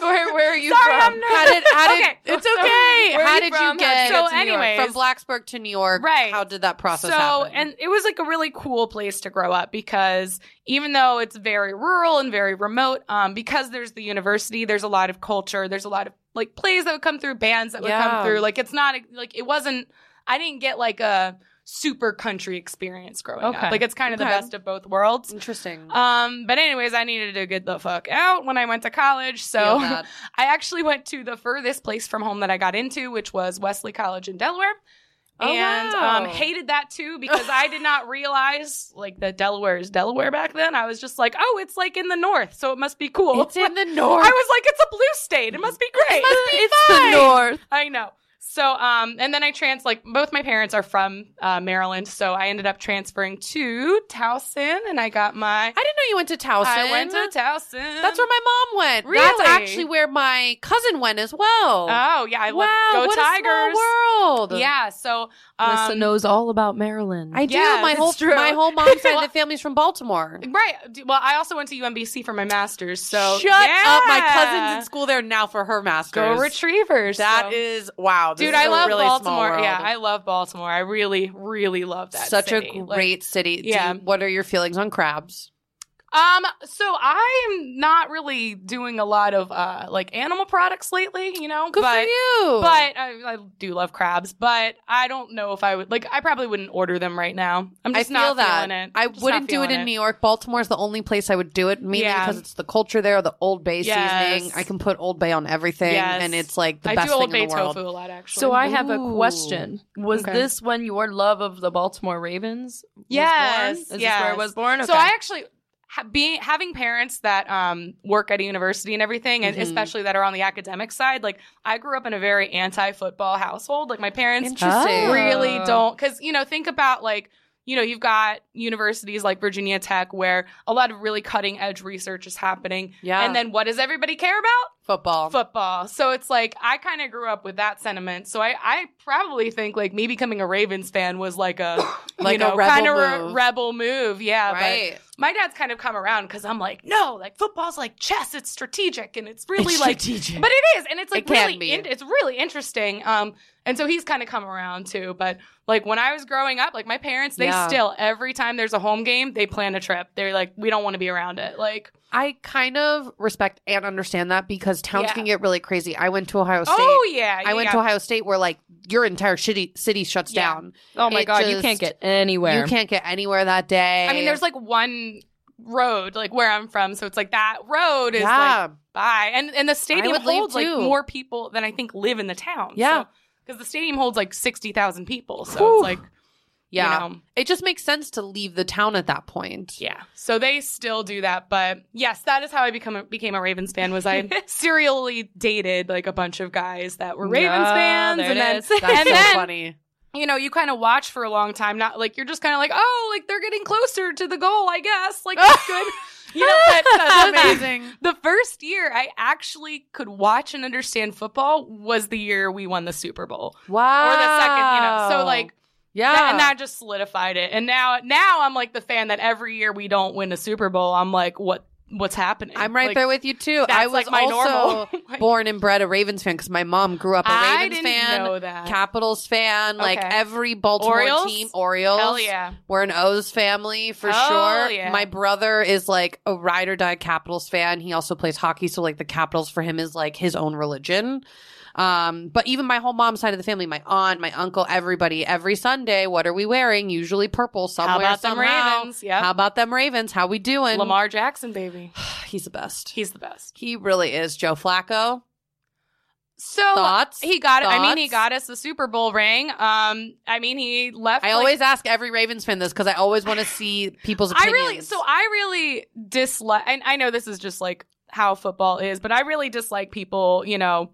[SPEAKER 1] Where where are you
[SPEAKER 3] Sorry,
[SPEAKER 1] from?
[SPEAKER 3] I'm nervous.
[SPEAKER 2] how did, how did
[SPEAKER 3] Okay.
[SPEAKER 2] it's
[SPEAKER 3] So,
[SPEAKER 2] okay.
[SPEAKER 1] where are
[SPEAKER 2] how
[SPEAKER 1] you
[SPEAKER 2] did you
[SPEAKER 1] from?
[SPEAKER 2] get
[SPEAKER 3] So
[SPEAKER 2] to New York?
[SPEAKER 3] anyways-
[SPEAKER 2] from Blacksburg to New York?
[SPEAKER 3] Right.
[SPEAKER 2] How did that process
[SPEAKER 3] so,
[SPEAKER 2] happen?
[SPEAKER 3] and it was like a really cool place to grow up because even though it's very rural and very remote, um, because there's the university, there's a lot of culture, there's a lot of like plays that would come through, bands that would
[SPEAKER 2] Yeah.
[SPEAKER 3] come through. Like it's not like it wasn't. I didn't get like a super country experience growing
[SPEAKER 1] Okay.
[SPEAKER 3] up. Like it's kind of
[SPEAKER 2] Okay.
[SPEAKER 3] the best of both worlds.
[SPEAKER 2] interesting.
[SPEAKER 3] Um, but anyways, I needed to get the fuck out when I went to college.
[SPEAKER 2] Feel
[SPEAKER 3] So
[SPEAKER 2] that.
[SPEAKER 3] I actually went to the furthest place from home that I got into, which was Wesley College in Delaware.
[SPEAKER 2] Oh,
[SPEAKER 3] and
[SPEAKER 2] wow.
[SPEAKER 3] um, hated that too because I did not realize like that Delaware is Delaware back then. I was just like, oh, it's like in the north, so it must be cool.
[SPEAKER 2] it's in the north.
[SPEAKER 3] I was like, it's a blue state. It must be great.
[SPEAKER 2] it's the north.
[SPEAKER 3] I know. So, um, and then I trans like both my parents are from uh, Maryland, so I ended up transferring to Towson, and I got my.
[SPEAKER 2] I didn't know you went to Towson.
[SPEAKER 3] I went to Towson.
[SPEAKER 2] That's where my mom went. That's
[SPEAKER 3] Really?
[SPEAKER 2] actually where my cousin went as well.
[SPEAKER 3] Oh yeah, I
[SPEAKER 2] wow,
[SPEAKER 3] love go
[SPEAKER 2] what
[SPEAKER 3] Tigers.
[SPEAKER 2] a small world.
[SPEAKER 3] Yeah, so um,
[SPEAKER 1] Melissa knows all about Maryland.
[SPEAKER 2] I do.
[SPEAKER 3] Yes,
[SPEAKER 2] my whole
[SPEAKER 3] it's true.
[SPEAKER 2] my whole mom's side of
[SPEAKER 3] Well-
[SPEAKER 2] the family's from Baltimore.
[SPEAKER 3] um, Right. D- Well, I also went to UMBC for my master's. So
[SPEAKER 2] shut up. My
[SPEAKER 3] Yeah.
[SPEAKER 2] cousin's in school there now for her master's.
[SPEAKER 3] Go Retrievers.
[SPEAKER 2] That
[SPEAKER 3] so-
[SPEAKER 2] is wow, this
[SPEAKER 3] dude.
[SPEAKER 2] is
[SPEAKER 3] I
[SPEAKER 2] a
[SPEAKER 3] love
[SPEAKER 2] really small
[SPEAKER 3] Baltimore.
[SPEAKER 2] world.
[SPEAKER 3] Yeah, I love Baltimore. I really, really love that.
[SPEAKER 2] such
[SPEAKER 3] city.
[SPEAKER 2] a
[SPEAKER 3] Like,
[SPEAKER 2] great city. Do you-
[SPEAKER 3] Yeah.
[SPEAKER 2] what are your feelings on crabs?
[SPEAKER 3] um. So I am not really doing a lot of uh like animal products lately. You know,
[SPEAKER 2] Good
[SPEAKER 3] but
[SPEAKER 2] for you.
[SPEAKER 3] but I, I do love crabs. But I don't know if I would like. I probably wouldn't order them right now. I'm
[SPEAKER 2] I
[SPEAKER 3] just
[SPEAKER 2] feel
[SPEAKER 3] not
[SPEAKER 2] that.
[SPEAKER 3] feeling it.
[SPEAKER 2] I
[SPEAKER 3] I'm just
[SPEAKER 2] wouldn't
[SPEAKER 3] not
[SPEAKER 2] do it
[SPEAKER 3] feeling
[SPEAKER 2] in New York. Baltimore's the only place I would do it, mainly
[SPEAKER 3] Yeah.
[SPEAKER 2] because it's the culture there, the Old Bay
[SPEAKER 3] Yes.
[SPEAKER 2] seasoning. I can put Old Bay on everything,
[SPEAKER 3] Yes.
[SPEAKER 2] and it's like the
[SPEAKER 3] I
[SPEAKER 2] best
[SPEAKER 3] do Old
[SPEAKER 2] thing
[SPEAKER 3] Bay
[SPEAKER 2] in the world.
[SPEAKER 3] tofu a lot actually.
[SPEAKER 1] so I have a
[SPEAKER 2] Ooh.
[SPEAKER 1] question. Was
[SPEAKER 2] Okay.
[SPEAKER 1] this when your love of the Baltimore Ravens was
[SPEAKER 3] Yes,
[SPEAKER 1] born? Is this
[SPEAKER 3] yes.
[SPEAKER 1] where it was born?
[SPEAKER 3] So
[SPEAKER 1] Okay.
[SPEAKER 3] I actually ha- being having parents that um, work at a university and everything, and
[SPEAKER 2] Mhm.
[SPEAKER 3] especially that are on the academic side. Like I grew up in a very anti-football household. Like my parents
[SPEAKER 2] Interesting.
[SPEAKER 1] Oh.
[SPEAKER 3] really don't, because you know, think about like. You know, you've got universities like Virginia Tech where a lot of really cutting edge research is happening.
[SPEAKER 2] Yeah, Um.
[SPEAKER 3] And then what does everybody care about?
[SPEAKER 2] football.
[SPEAKER 3] Football. So it's like I kind of grew up with that sentiment. So I, I probably think like me becoming a Ravens fan was like a
[SPEAKER 2] like
[SPEAKER 3] you know,
[SPEAKER 2] a rebel
[SPEAKER 3] kind of
[SPEAKER 2] move.
[SPEAKER 3] rebel move. Yeah,
[SPEAKER 2] right?
[SPEAKER 3] but my dad's kind of come around because I'm like, no, like football's like chess. It's strategic and it's really
[SPEAKER 2] It's
[SPEAKER 3] like,
[SPEAKER 2] strategic.
[SPEAKER 3] but it is, and it's like
[SPEAKER 2] It can
[SPEAKER 3] really,
[SPEAKER 2] be.
[SPEAKER 3] in- it's really interesting. Um, and so he's kind of come around too. But like when I was growing up, like my parents, they
[SPEAKER 2] Yeah.
[SPEAKER 3] still every time there's a home game, they plan a trip. They're like, we don't want to be around it. Like,
[SPEAKER 2] I kind of respect and understand that because towns
[SPEAKER 3] Yeah.
[SPEAKER 2] can get really crazy. I went to Ohio State.
[SPEAKER 3] oh yeah,
[SPEAKER 2] I went
[SPEAKER 3] yeah.
[SPEAKER 2] to Ohio State where like your entire city city shuts
[SPEAKER 3] Yeah.
[SPEAKER 2] down.
[SPEAKER 1] oh my
[SPEAKER 2] it
[SPEAKER 1] god, you
[SPEAKER 2] just-
[SPEAKER 1] can't get anywhere.
[SPEAKER 2] You can't get anywhere that day.
[SPEAKER 3] I mean, there's like one road like where I'm from, so it's like that road is like
[SPEAKER 2] yeah.
[SPEAKER 3] Bye. And and the stadium
[SPEAKER 2] would leave,
[SPEAKER 3] holds like
[SPEAKER 2] too.
[SPEAKER 3] more people than I think live in the town.
[SPEAKER 2] Yeah.
[SPEAKER 3] Because the stadium holds like sixty thousand people, so
[SPEAKER 2] Whew.
[SPEAKER 3] it's like
[SPEAKER 2] yeah.
[SPEAKER 3] you know,
[SPEAKER 2] It just makes sense to leave the town at that point.
[SPEAKER 3] yeah. So they still do that, but yes, that is how I become a, became a Ravens fan. Was I serially dated like a bunch of guys that were Ravens
[SPEAKER 1] Yeah,
[SPEAKER 3] fans,
[SPEAKER 1] there
[SPEAKER 3] and
[SPEAKER 1] it
[SPEAKER 3] then
[SPEAKER 1] is.
[SPEAKER 2] That's
[SPEAKER 3] and
[SPEAKER 2] so
[SPEAKER 3] then
[SPEAKER 2] funny.
[SPEAKER 3] you know you kind of watch for a long time. Not like you're just kind of like oh like they're getting closer to the goal, I guess. Like that's good, you know. But
[SPEAKER 2] That's
[SPEAKER 3] the-
[SPEAKER 2] amazing.
[SPEAKER 3] The first year I actually could watch and understand football was the year we won the Super Bowl.
[SPEAKER 2] Wow.
[SPEAKER 3] Or the second, you know.
[SPEAKER 2] Oh.
[SPEAKER 3] So like
[SPEAKER 2] yeah.
[SPEAKER 3] that, and that just solidified it. And now now I'm like the fan that every year we don't win a Super Bowl, I'm like what what's happening?
[SPEAKER 2] I'm right
[SPEAKER 3] Like,
[SPEAKER 2] there with you too.
[SPEAKER 3] That's
[SPEAKER 2] I was
[SPEAKER 3] like my
[SPEAKER 2] also
[SPEAKER 3] normal. Like,
[SPEAKER 2] born and bred a Ravens fan because my mom grew up a
[SPEAKER 3] I
[SPEAKER 2] Ravens
[SPEAKER 3] didn't
[SPEAKER 2] fan,
[SPEAKER 3] know that.
[SPEAKER 2] Capitals fan, like
[SPEAKER 3] Okay.
[SPEAKER 2] every Baltimore
[SPEAKER 3] Orioles?
[SPEAKER 2] team, Orioles.
[SPEAKER 3] Hell yeah.
[SPEAKER 2] We're an O's family for
[SPEAKER 3] Hell
[SPEAKER 2] sure.
[SPEAKER 3] Oh, yeah.
[SPEAKER 2] My brother is like a ride or die Capitals fan. He also plays hockey, so like the Capitals for him is like his own religion. Um, but even my whole mom's side of the family, my aunt, my uncle, everybody, every Sunday, what are we wearing? Usually purple somewhere.
[SPEAKER 3] How about them
[SPEAKER 2] somehow.
[SPEAKER 3] Ravens? Yep.
[SPEAKER 2] How about them Ravens? How we doing?
[SPEAKER 3] Lamar Jackson, baby.
[SPEAKER 2] he's the best.
[SPEAKER 3] He's the best.
[SPEAKER 2] He really is. Joe Flacco.
[SPEAKER 3] So
[SPEAKER 2] Thoughts?
[SPEAKER 3] Oh, he got it. I mean,
[SPEAKER 2] Thoughts?
[SPEAKER 3] he got us the Super Bowl ring. Um, I mean, he left.
[SPEAKER 2] I
[SPEAKER 3] like,
[SPEAKER 2] always ask every Ravens fan this because I always want to see people's
[SPEAKER 3] I
[SPEAKER 2] opinions.
[SPEAKER 3] really, so I really dislike, and I know this is just like how football is, but I really dislike people, you know,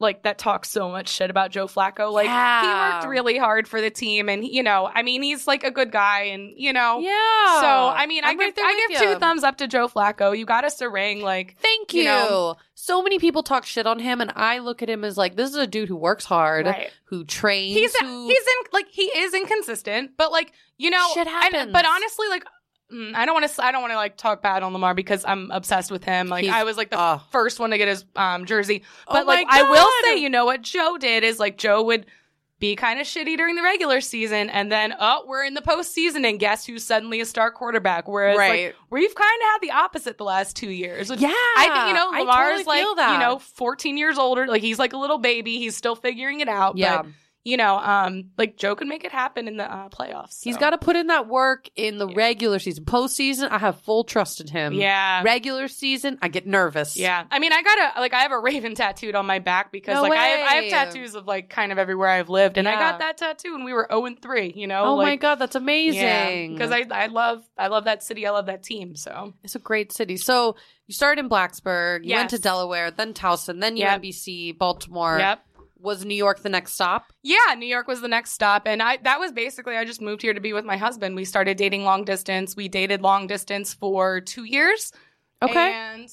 [SPEAKER 3] like that talk so much shit about Joe Flacco. Like
[SPEAKER 2] Yeah.
[SPEAKER 3] he worked really hard for the team, and you know, I mean, he's like a good guy, and you know,
[SPEAKER 2] yeah.
[SPEAKER 3] so I mean, i
[SPEAKER 2] I'm
[SPEAKER 3] give
[SPEAKER 2] right there
[SPEAKER 3] I
[SPEAKER 2] with
[SPEAKER 3] give
[SPEAKER 2] you.
[SPEAKER 3] two thumbs up to Joe Flacco. You got us a ring, like
[SPEAKER 2] Thank you.
[SPEAKER 3] you know?
[SPEAKER 2] So many people talk shit on him, and I look at him as like, this is a dude who works hard,
[SPEAKER 3] Right.
[SPEAKER 2] who trains.
[SPEAKER 3] he's
[SPEAKER 2] who,
[SPEAKER 3] he's in like he is inconsistent, but like you know,
[SPEAKER 2] Shit
[SPEAKER 3] and-
[SPEAKER 2] happens.
[SPEAKER 3] but honestly, like. mm, I don't want to. I don't want to like talk bad on Lamar because I'm obsessed with him. Like
[SPEAKER 2] He's-
[SPEAKER 3] I was like the
[SPEAKER 2] Oh.
[SPEAKER 3] first one to get his um, jersey.
[SPEAKER 2] Oh
[SPEAKER 3] But like,
[SPEAKER 2] my
[SPEAKER 3] I will
[SPEAKER 2] God.
[SPEAKER 3] say, you know what Joe did is like Joe would be kind of shitty during the regular season, and then oh, we're in the postseason, and guess who's suddenly a star quarterback? Whereas
[SPEAKER 2] Right.
[SPEAKER 3] like we've kind of had the opposite the last two years. which
[SPEAKER 2] yeah.
[SPEAKER 3] I think you know
[SPEAKER 2] I
[SPEAKER 3] Lamar's
[SPEAKER 2] totally
[SPEAKER 3] like
[SPEAKER 2] feel that.
[SPEAKER 3] you know 14 years older. Like he's like a little baby. He's still figuring it out.
[SPEAKER 2] yeah.
[SPEAKER 3] But, you know, um, like Joe could make it happen in the uh, playoffs.
[SPEAKER 2] He's
[SPEAKER 3] so.
[SPEAKER 2] got to put in that work in the regular season. Postseason, I have full trust in him.
[SPEAKER 3] yeah.
[SPEAKER 2] Regular season, I get nervous.
[SPEAKER 3] Yeah, I mean, I got a like, I have a raven tattooed on my back because
[SPEAKER 2] No
[SPEAKER 3] like I have, I
[SPEAKER 2] way.
[SPEAKER 3] have tattoos of like kind of everywhere I've lived, and I
[SPEAKER 2] Yeah.
[SPEAKER 3] got that tattoo when we were zero and three. You know,
[SPEAKER 2] Oh my
[SPEAKER 3] like,
[SPEAKER 2] God, that's amazing.
[SPEAKER 3] because I I love I love that city, I love that team. So
[SPEAKER 2] It's a great city. So you started in Blacksburg, you went
[SPEAKER 3] Yes.
[SPEAKER 2] to Delaware, then Towson, then
[SPEAKER 3] Yep.
[SPEAKER 2] UMBC, Baltimore.
[SPEAKER 3] yep,
[SPEAKER 2] Was New York the next stop?
[SPEAKER 3] Yeah, New York was the next stop, and I that was basically I just moved here to be with my husband. We started dating long distance. We dated long distance for two years.
[SPEAKER 2] Okay.
[SPEAKER 3] and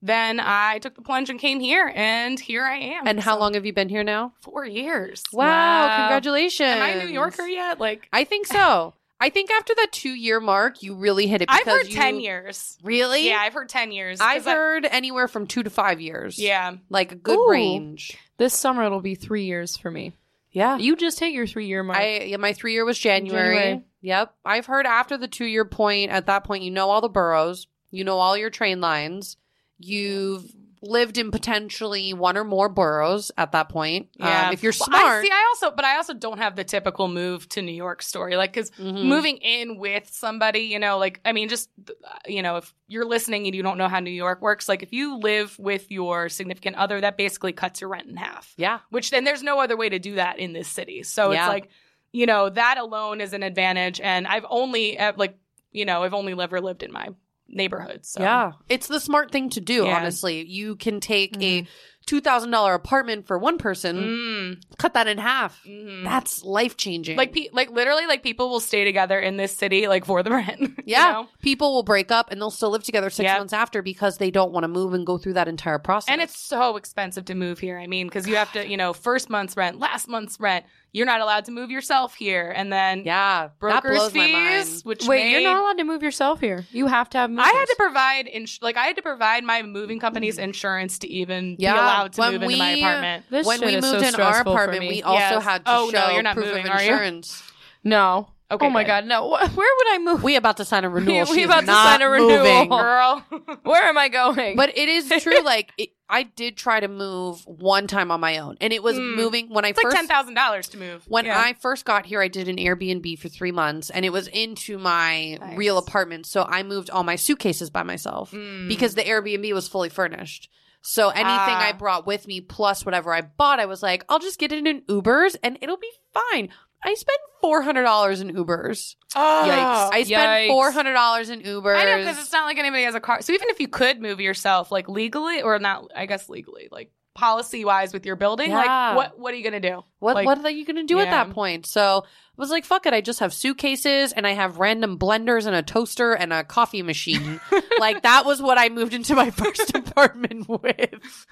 [SPEAKER 3] then I took the plunge and came here, and here I am.
[SPEAKER 2] And, how
[SPEAKER 3] So,
[SPEAKER 2] long have you been here now?
[SPEAKER 3] Four years.
[SPEAKER 2] Wow, congratulations.
[SPEAKER 3] Am I a New Yorker yet? Like
[SPEAKER 2] I think so. I think after that two year mark, you really hit it.
[SPEAKER 3] I've
[SPEAKER 2] because
[SPEAKER 3] heard
[SPEAKER 2] you-
[SPEAKER 3] ten years.
[SPEAKER 2] Really?
[SPEAKER 3] Yeah, I've heard ten years. 'cause
[SPEAKER 2] I've
[SPEAKER 3] I-
[SPEAKER 2] heard anywhere from two to five years.
[SPEAKER 3] Yeah,
[SPEAKER 2] Like a good
[SPEAKER 1] Ooh.
[SPEAKER 2] range.
[SPEAKER 1] This summer it'll be three years for me.
[SPEAKER 2] Yeah.
[SPEAKER 1] You just hit your three year mark.
[SPEAKER 2] I yeah, my three year was January.
[SPEAKER 1] January.
[SPEAKER 2] Yep. I've heard after the two year point, at that point you know all the boroughs, you know all your train lines. You've lived in potentially one or more boroughs at that point. Um,
[SPEAKER 3] yeah.
[SPEAKER 2] if you're
[SPEAKER 3] Well,
[SPEAKER 2] smart.
[SPEAKER 3] I see. I also, but I also don't have the typical move to New York story, like because
[SPEAKER 2] Mhm.
[SPEAKER 3] moving in with somebody, you know, like I mean, just uh, you know, if you're listening and you don't know how New York works, like if you live with your significant other, that basically cuts your rent in half.
[SPEAKER 2] Yeah.
[SPEAKER 3] Which then there's no other way to do that in this city. So
[SPEAKER 2] Yeah.
[SPEAKER 3] it's like, you know, that alone is an advantage. And I've only uh, like, you know, I've only ever lived in my neighborhood. So
[SPEAKER 2] Yeah. It's the smart thing to do,
[SPEAKER 3] Yeah. Mm-hmm.
[SPEAKER 2] honestly. You can take a $2,000 apartment for one person,
[SPEAKER 3] Mm,
[SPEAKER 2] cut that in half.
[SPEAKER 3] mhm.
[SPEAKER 2] That's life changing.
[SPEAKER 3] Like, pe- like literally, like people will stay together in this city, like for the rent. you
[SPEAKER 2] yeah,
[SPEAKER 3] know?
[SPEAKER 2] people will break up and they'll still live together six
[SPEAKER 3] Yeah.
[SPEAKER 2] months after because they don't want to move and go through that entire process.
[SPEAKER 3] And it's so expensive to move here. I mean, because you have to, you know, first month's rent, last month's rent. You're not allowed to move yourself here, and then
[SPEAKER 2] yeah, that
[SPEAKER 3] brokers
[SPEAKER 2] blows my mind.
[SPEAKER 3] fees, which
[SPEAKER 1] Wait, you're
[SPEAKER 3] made-
[SPEAKER 1] not allowed to move yourself here. You have to have. Movers.
[SPEAKER 3] I had to provide ins- like I had to provide my moving company's insurance to even
[SPEAKER 2] Mm. Yeah,
[SPEAKER 3] be allowed to
[SPEAKER 2] when
[SPEAKER 3] move into my
[SPEAKER 2] we-
[SPEAKER 3] apartment.
[SPEAKER 1] This
[SPEAKER 2] when
[SPEAKER 1] shit
[SPEAKER 2] we
[SPEAKER 1] is
[SPEAKER 2] moved
[SPEAKER 1] so
[SPEAKER 2] in our
[SPEAKER 1] stressful for
[SPEAKER 2] apartment,
[SPEAKER 1] me.
[SPEAKER 2] we also
[SPEAKER 3] Yes.
[SPEAKER 2] had to
[SPEAKER 3] Oh,
[SPEAKER 2] show
[SPEAKER 3] no, you're not
[SPEAKER 2] proof
[SPEAKER 3] moving,
[SPEAKER 2] of
[SPEAKER 3] are you?
[SPEAKER 2] insurance.
[SPEAKER 1] No.
[SPEAKER 3] Okay,
[SPEAKER 1] oh my
[SPEAKER 3] good.
[SPEAKER 1] god, no. Wh- Where would I move?
[SPEAKER 2] We about to sign a renewal.
[SPEAKER 1] we
[SPEAKER 2] She's
[SPEAKER 1] about to
[SPEAKER 2] not
[SPEAKER 1] sign a renewal.
[SPEAKER 2] moving.
[SPEAKER 3] Girl,
[SPEAKER 1] Where am I going?
[SPEAKER 2] But it is true. Like it, I did try to move one time on my own, and it was
[SPEAKER 3] Mm.
[SPEAKER 2] moving when I
[SPEAKER 3] it's like
[SPEAKER 2] first
[SPEAKER 3] ten thousand dollars to move.
[SPEAKER 2] When
[SPEAKER 3] Yeah.
[SPEAKER 2] I first got here, I did an Airbnb for three months and it was into my
[SPEAKER 3] Nice.
[SPEAKER 2] real apartment. So I moved all my suitcases by myself
[SPEAKER 3] Mm.
[SPEAKER 2] because the Airbnb was fully furnished. So anything
[SPEAKER 3] Ah.
[SPEAKER 2] I brought with me plus whatever I bought, I was like, I'll just get it in Ubers and it'll be fine. I spent $400 in Ubers.
[SPEAKER 3] oh,
[SPEAKER 2] I
[SPEAKER 1] Yikes.
[SPEAKER 2] spent $400 in Ubers.
[SPEAKER 3] I know because it's not like anybody has a car. So even if you could move yourself, like legally or not, I guess legally, like policy wise with your building,
[SPEAKER 2] Yeah.
[SPEAKER 3] like what what are you gonna do?
[SPEAKER 2] What
[SPEAKER 3] Like-
[SPEAKER 2] what are you gonna do at
[SPEAKER 3] Yeah.
[SPEAKER 2] that point? So I was like, fuck it, I just have suitcases and I have random blenders and a toaster and a coffee machine. like that was what I moved into my first apartment with.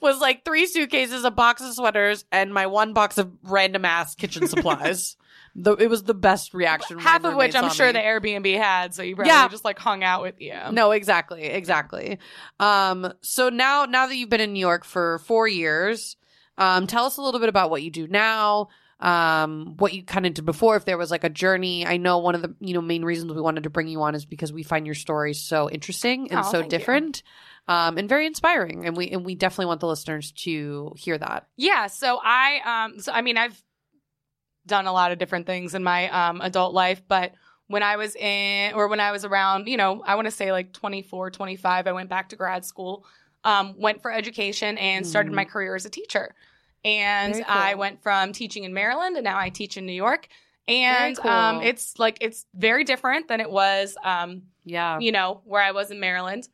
[SPEAKER 2] was like three suitcases, a box of sweaters, and my one box of random ass kitchen supplies. the, it was the best reaction.
[SPEAKER 3] Half
[SPEAKER 2] my
[SPEAKER 3] of which
[SPEAKER 2] roommates
[SPEAKER 3] I'm
[SPEAKER 2] saw
[SPEAKER 3] sure
[SPEAKER 2] me.
[SPEAKER 3] the Airbnb had, so you probably
[SPEAKER 2] Yeah.
[SPEAKER 3] just like hung out with you.
[SPEAKER 2] No, exactly, exactly. Um, so now, now that you've been in New York for four years, um, tell us a little bit about what you do now. Um, what you kind of did before, if there was like a journey. I know one of the you know main reasons we wanted to bring you on is because we find your story so interesting and
[SPEAKER 3] Aw,
[SPEAKER 2] so
[SPEAKER 3] Oh, thank you.
[SPEAKER 2] different, um, and very inspiring. And we and we definitely want the listeners to hear that.
[SPEAKER 3] Yeah, so I um so I mean I've done a lot of different things in my um adult life, but when I was in or when I was around, you know, I want to say like 24, 25, I went back to grad school, um went for education and started
[SPEAKER 2] Mhm.
[SPEAKER 3] my career as a teacher. And
[SPEAKER 1] Very cool.
[SPEAKER 3] I went from teaching in Maryland and now I teach in New York
[SPEAKER 2] Very
[SPEAKER 3] and
[SPEAKER 2] cool.
[SPEAKER 3] um it's like it's very different than it was um
[SPEAKER 2] Yeah,
[SPEAKER 3] you know, where I was in Maryland.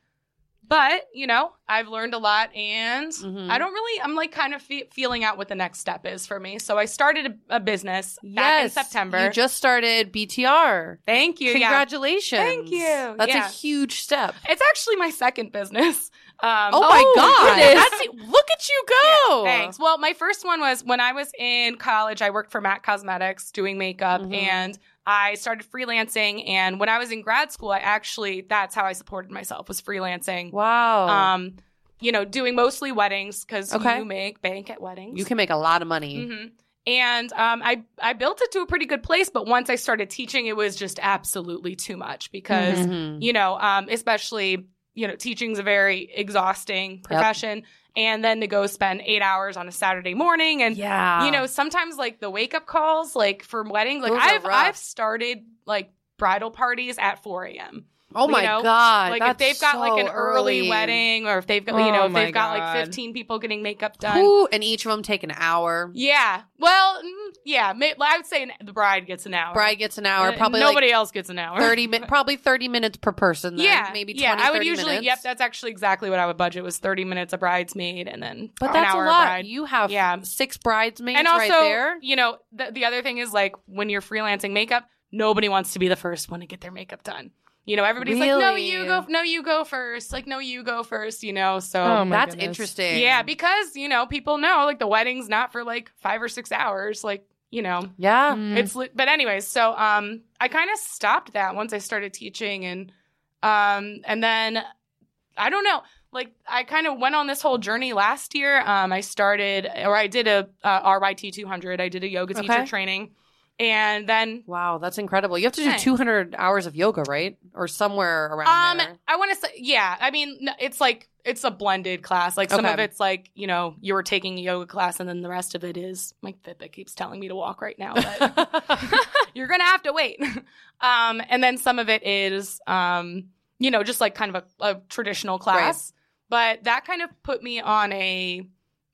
[SPEAKER 3] But, you know, I've learned a lot and
[SPEAKER 2] Mhm.
[SPEAKER 3] I don't really, I'm like kind of fe- feeling out what the next step is for me. So I started a, a business back in September.
[SPEAKER 2] You just started BTR.
[SPEAKER 3] Thank you. Yeah.
[SPEAKER 2] Congratulations!
[SPEAKER 3] Thank you.
[SPEAKER 2] That's
[SPEAKER 3] Yeah.
[SPEAKER 2] a huge step.
[SPEAKER 3] It's actually my second business. Um,
[SPEAKER 2] Oh, my god!
[SPEAKER 1] goodness.
[SPEAKER 2] That's- e, look at you go!
[SPEAKER 3] Thanks. Well, my first one was when I was in college, I worked for MAC Cosmetics doing makeup
[SPEAKER 2] Mhm.
[SPEAKER 3] and I started freelancing. And when I was in grad school, I actually, that's how I supported myself was freelancing.
[SPEAKER 2] Wow.
[SPEAKER 3] um, you know, doing mostly weddings because
[SPEAKER 2] Okay.
[SPEAKER 3] you make bank at weddings.
[SPEAKER 2] you can make a lot of money.
[SPEAKER 3] hmm And um, I I built it to a pretty good place, but once I started teaching, it was just absolutely too much because
[SPEAKER 2] Mhm.
[SPEAKER 3] you know, um, especially you know, teaching's a very exhausting profession, and then to go spend eight hours on a Saturday morning and
[SPEAKER 2] Yeah.
[SPEAKER 3] you know sometimes like the wake up calls like for weddings like
[SPEAKER 2] Those are
[SPEAKER 3] i've
[SPEAKER 2] rough.
[SPEAKER 3] i've started like bridal parties at 4 a.m
[SPEAKER 2] Oh
[SPEAKER 3] you
[SPEAKER 2] my
[SPEAKER 3] know,
[SPEAKER 2] god!
[SPEAKER 3] Like
[SPEAKER 2] that's
[SPEAKER 3] if they've got like
[SPEAKER 2] so
[SPEAKER 3] an early,
[SPEAKER 2] early.
[SPEAKER 3] wedding, or if they've got you
[SPEAKER 1] Oh
[SPEAKER 3] know if
[SPEAKER 1] my
[SPEAKER 3] they've got
[SPEAKER 1] God.
[SPEAKER 3] like 15 people getting makeup done.
[SPEAKER 2] Ooh, and each of them take an hour.
[SPEAKER 3] Yeah. Well, mm, yeah. ma- I would say an, the bride gets an hour.
[SPEAKER 2] Bride gets an hour,
[SPEAKER 3] Uh,
[SPEAKER 2] probably
[SPEAKER 3] nobody
[SPEAKER 2] like
[SPEAKER 3] else gets an hour.
[SPEAKER 2] thirty minutes, probably thirty minutes per person. Then.
[SPEAKER 3] yeah,
[SPEAKER 2] maybe 20,
[SPEAKER 3] yeah. I would
[SPEAKER 2] 30
[SPEAKER 3] usually.
[SPEAKER 2] minutes.
[SPEAKER 3] Yep, that's actually exactly what I would budget was thirty minutes a bridesmaid, and then
[SPEAKER 2] but
[SPEAKER 3] an
[SPEAKER 2] that's a
[SPEAKER 3] hour
[SPEAKER 2] lot.
[SPEAKER 3] bride.
[SPEAKER 2] You have
[SPEAKER 3] Yeah.
[SPEAKER 2] six bridesmaids
[SPEAKER 3] and also,
[SPEAKER 2] right there.
[SPEAKER 3] you know, the, the other thing is like when you're freelancing makeup, nobody wants to be the first one to get their makeup done. You know, everybody's like, "No,
[SPEAKER 2] Really?
[SPEAKER 3] you go. No, you go first. Like, no, you go first. You know, so
[SPEAKER 1] Oh my
[SPEAKER 2] That's
[SPEAKER 1] goodness.
[SPEAKER 2] interesting.
[SPEAKER 3] yeah, because you know, people know like the wedding's not for like five or six hours. Like, you know,
[SPEAKER 2] yeah.
[SPEAKER 1] Mm.
[SPEAKER 3] It's li- but anyways, so um I kind of stopped that once I started teaching and um and then I don't know, like I kind of went on this whole journey last year. Um I started or I did a uh, RYT 200. I did a yoga teacher
[SPEAKER 2] Okay.
[SPEAKER 3] training. And then
[SPEAKER 2] Wow, that's incredible. You have to do
[SPEAKER 3] Thanks.
[SPEAKER 2] 200 hours of yoga, right? Or somewhere around
[SPEAKER 3] um
[SPEAKER 2] there.
[SPEAKER 3] I want to say yeah, I mean n- it's like it's a blended class. Like some
[SPEAKER 2] Okay.
[SPEAKER 3] of it's like, you know, you were taking a yoga class and then the rest of it is my Fitbit keeps telling me to walk right now, but you're gonna have to wait. Um, and then some of it is, um, you know, just like kind of a, a traditional class. But that kind of put me on a,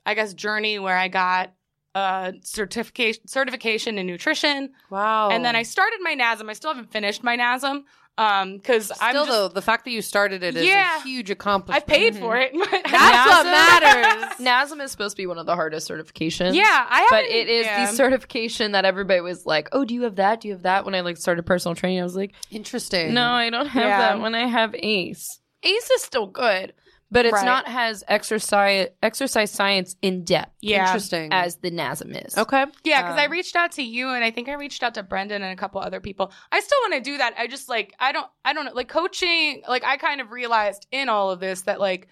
[SPEAKER 3] I guess, journey where I got a certification certification in nutrition,
[SPEAKER 2] wow.
[SPEAKER 3] and then I started my NASM. I still haven't finished my NASM because um, I'm
[SPEAKER 2] still
[SPEAKER 3] just,
[SPEAKER 2] though the fact that you started it is
[SPEAKER 3] Yeah.
[SPEAKER 2] a huge
[SPEAKER 3] I
[SPEAKER 2] accomplishment.
[SPEAKER 3] paid for it. but-
[SPEAKER 2] That's what
[SPEAKER 1] NASM.
[SPEAKER 2] matters.
[SPEAKER 1] NASM is supposed to be one of the hardest certifications.
[SPEAKER 3] yeah, I
[SPEAKER 1] But
[SPEAKER 3] haven't.
[SPEAKER 1] it is
[SPEAKER 3] yeah.
[SPEAKER 1] the certification that everybody was like, "Oh, do you have that? Do you have that?" When I like started personal training, I was like,
[SPEAKER 2] Interesting.
[SPEAKER 1] "No, I don't have
[SPEAKER 3] Yeah.
[SPEAKER 1] that." When I have ACE, Mm-hmm. ACE is still good, but it's
[SPEAKER 3] Right.
[SPEAKER 1] not as exercise exercise science in depth
[SPEAKER 3] yeah.
[SPEAKER 2] Interesting.
[SPEAKER 1] as the NASM is.
[SPEAKER 2] okay.
[SPEAKER 3] Yeah, because I
[SPEAKER 1] Um,
[SPEAKER 3] reached out to you, and I think I reached out to Brendan and a couple other people. I still want to do that. I just like I don't I don't know like coaching. Like I kind of realized in all of this that like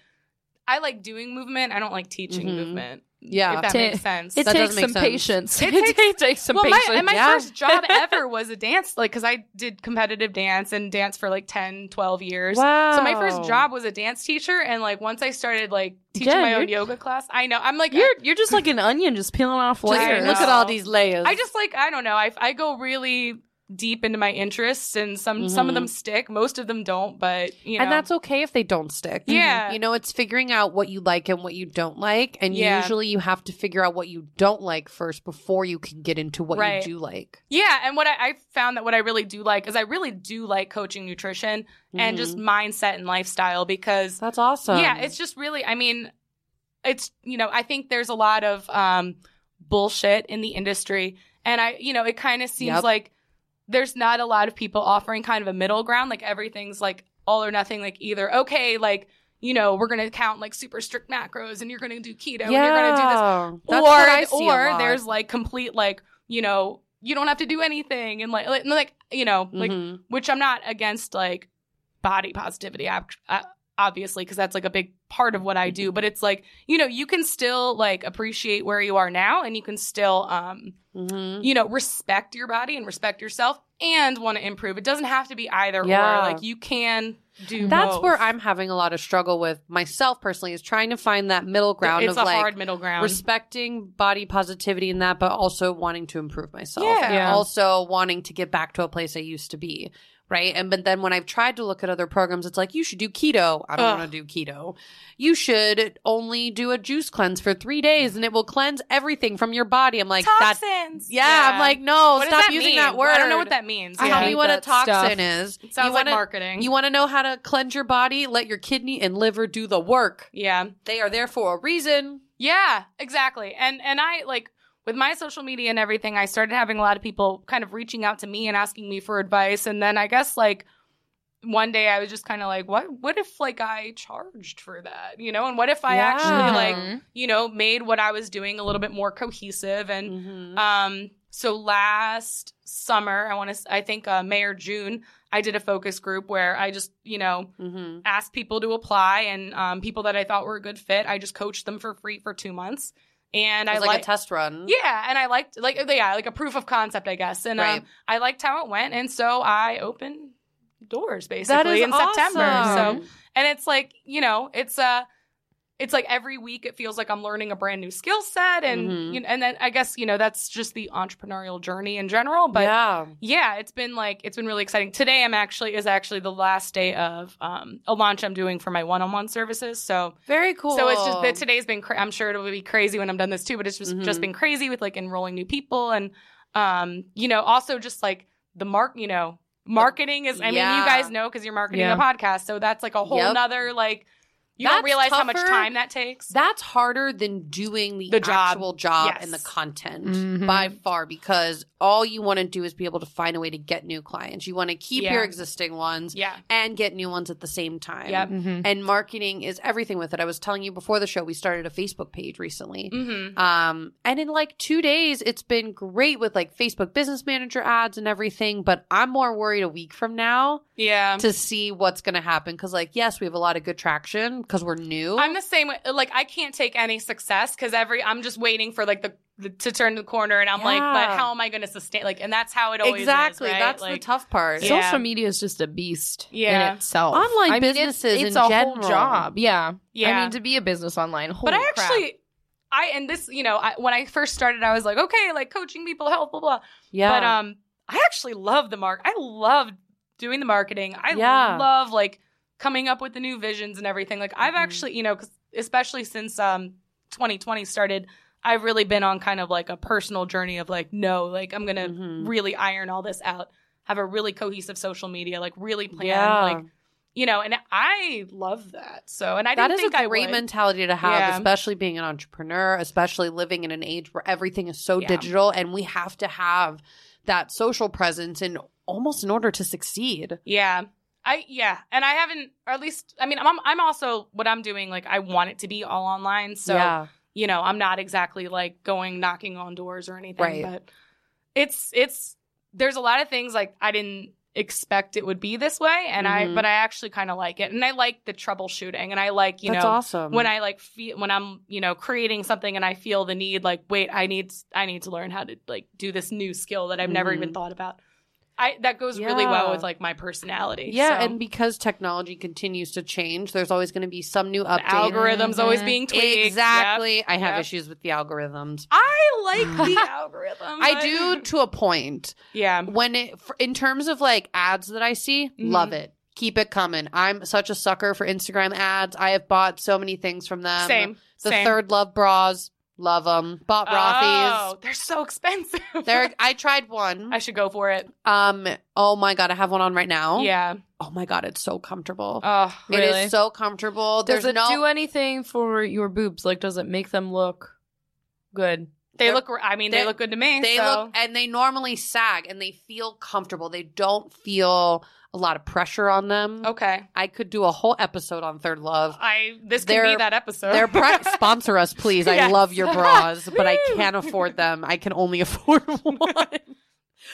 [SPEAKER 3] I like doing movement. I don't like teaching
[SPEAKER 2] Mhm.
[SPEAKER 3] movement.
[SPEAKER 2] Yeah.
[SPEAKER 3] if that
[SPEAKER 1] Ta-
[SPEAKER 3] makes sense.
[SPEAKER 1] It
[SPEAKER 2] That does
[SPEAKER 1] takes
[SPEAKER 2] make
[SPEAKER 1] some
[SPEAKER 2] sense.
[SPEAKER 1] patience.
[SPEAKER 3] It
[SPEAKER 1] It,
[SPEAKER 3] takes-
[SPEAKER 1] takes, some
[SPEAKER 3] well, my,
[SPEAKER 1] patience.
[SPEAKER 3] and my
[SPEAKER 2] yeah.
[SPEAKER 3] first job ever was a dance, like, because I did competitive dance and dance for like 10, 12 years.
[SPEAKER 2] Wow.
[SPEAKER 3] So my first job was a dance teacher. And like, once I started like teaching
[SPEAKER 1] Yeah,
[SPEAKER 3] my own
[SPEAKER 1] you're-
[SPEAKER 3] yoga class, I know. I'm like,
[SPEAKER 1] you're you're just like an onion, just peeling off
[SPEAKER 2] Just
[SPEAKER 1] layers.
[SPEAKER 2] look at all these layers.
[SPEAKER 3] I just like I don't know. I I go really deep into my interests, and some some of
[SPEAKER 2] Mhm.
[SPEAKER 3] them stick, most of them don't. But you know,
[SPEAKER 2] and that's okay if they don't stick.
[SPEAKER 3] Yeah.
[SPEAKER 2] You know, it's figuring out what you like and what you don't like. And
[SPEAKER 3] Yeah.
[SPEAKER 2] usually you have to figure out what you don't like first before you can get into what
[SPEAKER 3] Right.
[SPEAKER 2] you do like.
[SPEAKER 3] yeah. And what I, I found that what I really do like is I really do like coaching nutrition and just
[SPEAKER 2] Mhm.
[SPEAKER 3] mindset and lifestyle because
[SPEAKER 2] that's awesome.
[SPEAKER 3] yeah, it's just really. I mean, it's you know I think there's a lot of um, bullshit in the industry, and I you know it kind of seems
[SPEAKER 2] Yep.
[SPEAKER 3] like there's not a lot of people offering kind of a middle ground. Like everything's like all or nothing. Like either okay, like you know we're gonna count like super strict macros, and you're gonna do keto, and you're gonna do this
[SPEAKER 2] That's
[SPEAKER 3] or
[SPEAKER 2] what I see a
[SPEAKER 3] or
[SPEAKER 2] lot.
[SPEAKER 3] there's like complete like you know you don't have to do anything and like like, like, you know like
[SPEAKER 2] Mhm.
[SPEAKER 3] which I'm not against like body positivity ab- uh, obviously because that's like a big part of what I do but it's like you know you can still like appreciate where you are now and you can still um
[SPEAKER 2] Mhm.
[SPEAKER 3] you know respect your body and respect yourself and want to improve it doesn't have to be either
[SPEAKER 2] Yeah.
[SPEAKER 3] or like you can do
[SPEAKER 2] That's
[SPEAKER 3] both.
[SPEAKER 2] where I'm having a lot of struggle with myself personally is trying to find that middle ground
[SPEAKER 3] it's
[SPEAKER 2] of
[SPEAKER 3] a
[SPEAKER 2] like
[SPEAKER 3] hard middle ground
[SPEAKER 2] respecting body positivity and that, but also wanting to improve myself.
[SPEAKER 3] Yeah.
[SPEAKER 2] And
[SPEAKER 1] Yeah.
[SPEAKER 2] also wanting to get back to a place I used to be. Right. And but then when I've tried to look at other programs, it's like you should do keto. I
[SPEAKER 3] Ugh.
[SPEAKER 2] don't want to do keto. You should only do a juice cleanse for three days and it will cleanse everything from your body. I'm like that
[SPEAKER 3] toxins
[SPEAKER 2] yeah, I'm like, no,
[SPEAKER 3] What does
[SPEAKER 2] stop
[SPEAKER 3] that
[SPEAKER 2] using
[SPEAKER 3] mean?
[SPEAKER 2] that word.
[SPEAKER 3] Well, I don't know what that means
[SPEAKER 1] I
[SPEAKER 3] yeah.
[SPEAKER 2] Tell me
[SPEAKER 1] hate
[SPEAKER 2] what a
[SPEAKER 1] that stuff.
[SPEAKER 2] toxin is.
[SPEAKER 3] it sounds
[SPEAKER 2] you
[SPEAKER 3] like
[SPEAKER 2] wanna,
[SPEAKER 3] marketing
[SPEAKER 2] You want to know how to cleanse your body? Let your kidney and liver do the work.
[SPEAKER 3] yeah
[SPEAKER 2] They are there for a reason.
[SPEAKER 3] Yeah, exactly. And and I like with my social media and everything, I started having a lot of people kind of reaching out to me and asking me for advice. And then I guess like one day I was just kind of like, what what if like I charged for that? You know, and what if I
[SPEAKER 2] Yeah.
[SPEAKER 3] actually like,
[SPEAKER 1] Mhm.
[SPEAKER 3] you know, made what I was doing a little bit more cohesive and
[SPEAKER 2] Mm-hmm.
[SPEAKER 3] um, so last summer, I want to, I think uh, May or June, I did a focus group where I just, you know,
[SPEAKER 2] Mm-hmm.
[SPEAKER 3] asked people to apply and um, people that I thought were a good fit. I just coached them for free for two months, and
[SPEAKER 2] It
[SPEAKER 3] I
[SPEAKER 2] was like,
[SPEAKER 3] like.
[SPEAKER 2] a test run.
[SPEAKER 3] Yeah, and I liked like yeah, like a proof of concept, I guess, and
[SPEAKER 2] Right.
[SPEAKER 3] um, I liked how it went, and so I opened doors basically
[SPEAKER 2] That is
[SPEAKER 3] in September.
[SPEAKER 2] awesome.
[SPEAKER 3] So and it's like you know, it's uh it's like every week it feels like I'm learning a brand new skill set and
[SPEAKER 2] Mhm.
[SPEAKER 3] you know, and then I guess you know that's just the entrepreneurial journey in general but yeah.
[SPEAKER 2] yeah.
[SPEAKER 3] it's been like it's been really exciting. Today I'm actually is actually the last day of um, a launch I'm doing for my one-on-one services. So
[SPEAKER 2] Very cool.
[SPEAKER 3] so it's just that today's been. Cra- I'm sure it will be crazy when I'm done this too, but it's just just
[SPEAKER 2] Mhm.
[SPEAKER 3] been crazy with like enrolling new people and, um, you know, also just like the mark, you know, marketing is. I mean,
[SPEAKER 2] Yeah.
[SPEAKER 3] you guys know because you're marketing
[SPEAKER 1] Yeah.
[SPEAKER 3] a podcast, so that's like a whole
[SPEAKER 2] Yep.
[SPEAKER 3] nother like. You
[SPEAKER 2] That's
[SPEAKER 3] don't realize how much
[SPEAKER 2] tougher.
[SPEAKER 3] time that takes.
[SPEAKER 2] That's harder than doing the,
[SPEAKER 3] The job.
[SPEAKER 2] actual job
[SPEAKER 3] Yes. Mm-hmm.
[SPEAKER 2] and the content
[SPEAKER 1] Mhm.
[SPEAKER 2] by far because all you want to do is be able to find a way to get new clients. You want to keep
[SPEAKER 3] Yeah.
[SPEAKER 2] your existing ones
[SPEAKER 3] yeah,
[SPEAKER 2] and get new ones at the same time.
[SPEAKER 3] Yep.
[SPEAKER 1] Mhm.
[SPEAKER 2] And marketing is everything with it. I was telling you before the show, we started a Facebook page recently.
[SPEAKER 3] mm-hmm.
[SPEAKER 2] Um, and in like two days, it's been great with like Facebook business manager ads and everything. But I'm more worried a week from now
[SPEAKER 3] yeah.
[SPEAKER 2] to see what's going to happen. Cause like, yes, we have a lot of good traction because we're new.
[SPEAKER 3] I'm the same way. Like I can't take any success because every I'm just waiting for like the, the to turn the corner, and I'm like,
[SPEAKER 2] Yeah.
[SPEAKER 3] but how am I going to sustain? Like, and that's how it always
[SPEAKER 2] exactly.
[SPEAKER 3] Is, right?
[SPEAKER 2] That's
[SPEAKER 3] like,
[SPEAKER 2] the tough part.
[SPEAKER 3] Yeah.
[SPEAKER 1] Social media is just a beast
[SPEAKER 3] Yeah.
[SPEAKER 1] in itself.
[SPEAKER 2] Online
[SPEAKER 1] I mean,
[SPEAKER 2] businesses
[SPEAKER 1] it's, it's
[SPEAKER 2] in
[SPEAKER 1] a
[SPEAKER 2] general.
[SPEAKER 1] whole job. Yeah.
[SPEAKER 3] yeah.
[SPEAKER 1] I mean, to be a business online,
[SPEAKER 3] but
[SPEAKER 1] holy
[SPEAKER 3] I
[SPEAKER 1] crap.
[SPEAKER 3] actually, I and this, you know, I, when I first started, I was like, okay, like coaching people, help, blah blah.
[SPEAKER 2] Yeah.
[SPEAKER 3] But um, I actually love the mark. I love doing the marketing. I
[SPEAKER 2] Yeah.
[SPEAKER 3] love like coming up with the new visions and everything. Like I've
[SPEAKER 2] Mhm.
[SPEAKER 3] actually, you know, 'cause especially since um 2020 started, I've really been on kind of like a personal journey of like, no, like I'm gonna
[SPEAKER 2] Mhm.
[SPEAKER 3] really iron all this out, have a really cohesive social media, like really plan,
[SPEAKER 2] yeah.
[SPEAKER 3] like you know, and I love that. So, and I
[SPEAKER 2] that
[SPEAKER 3] didn't
[SPEAKER 2] is
[SPEAKER 3] think
[SPEAKER 2] a
[SPEAKER 3] I
[SPEAKER 2] great
[SPEAKER 3] would.
[SPEAKER 2] mentality to have,
[SPEAKER 3] Yeah.
[SPEAKER 2] especially being an entrepreneur, especially living in an age where everything is so
[SPEAKER 3] Yeah.
[SPEAKER 2] digital and we have to have that social presence in almost in order to succeed.
[SPEAKER 3] Yeah. I yeah, and I haven't, or at least I mean, I'm I'm also what I'm doing. Like I want it to be all online, so
[SPEAKER 2] yeah.
[SPEAKER 3] you know I'm not exactly like going knocking on doors or anything.
[SPEAKER 2] Right.
[SPEAKER 3] But it's it's there's a lot of things like I didn't expect it would be this way, and I
[SPEAKER 2] Mhm.
[SPEAKER 3] but I actually kind of like it, and I like the troubleshooting, and I like you
[SPEAKER 2] That's
[SPEAKER 3] know
[SPEAKER 2] awesome.
[SPEAKER 3] when I like feel when I'm you know creating something and I feel the need like wait I need I need to learn how to like do this new skill that I've never
[SPEAKER 2] Mhm.
[SPEAKER 3] even thought about. I that goes really well
[SPEAKER 2] Yeah.
[SPEAKER 3] with like my personality.
[SPEAKER 2] yeah,
[SPEAKER 3] so.
[SPEAKER 2] and because technology continues to change, there's always going to be some new
[SPEAKER 3] the
[SPEAKER 2] update.
[SPEAKER 3] algorithms always
[SPEAKER 1] Mhm.
[SPEAKER 3] being tweaked.
[SPEAKER 2] Exactly.
[SPEAKER 3] Yep.
[SPEAKER 2] I have
[SPEAKER 3] Yep.
[SPEAKER 2] issues with the algorithms.
[SPEAKER 3] I like the algorithm.
[SPEAKER 2] I do to a point.
[SPEAKER 3] Yeah.
[SPEAKER 2] when it for, in terms of like ads that I see,
[SPEAKER 3] Mhm.
[SPEAKER 2] love it. Keep it coming. I'm such a sucker for Instagram ads. I have bought so many things from them.
[SPEAKER 3] same.
[SPEAKER 2] um, The
[SPEAKER 3] same.
[SPEAKER 2] Third Love bras, love them. Bought Rothy's.
[SPEAKER 3] Oh, they're so expensive.
[SPEAKER 2] They're, I tried one.
[SPEAKER 3] I should go for it.
[SPEAKER 2] Um. Oh my god, I have one on right now.
[SPEAKER 3] Yeah.
[SPEAKER 2] Oh my god, it's so comfortable.
[SPEAKER 3] Oh,
[SPEAKER 2] It is so comfortable.
[SPEAKER 1] Does
[SPEAKER 2] There's
[SPEAKER 1] it
[SPEAKER 2] no.
[SPEAKER 1] do anything for your boobs? Like, does it make them look good?
[SPEAKER 3] they
[SPEAKER 2] they're-
[SPEAKER 3] look. I mean, they,
[SPEAKER 2] they-
[SPEAKER 3] look good to me.
[SPEAKER 2] they
[SPEAKER 3] so.
[SPEAKER 2] look and they normally sag and they feel comfortable. They don't feel a lot of pressure on them.
[SPEAKER 3] okay.
[SPEAKER 2] I could do a whole episode on Third Love.
[SPEAKER 3] I this could be
[SPEAKER 2] They're-
[SPEAKER 3] that episode.
[SPEAKER 2] Their pri- sponsor us, please. I
[SPEAKER 3] Yes.
[SPEAKER 2] love your bras, but I
[SPEAKER 3] Woo!
[SPEAKER 2] can't afford them. I can only afford one.
[SPEAKER 3] like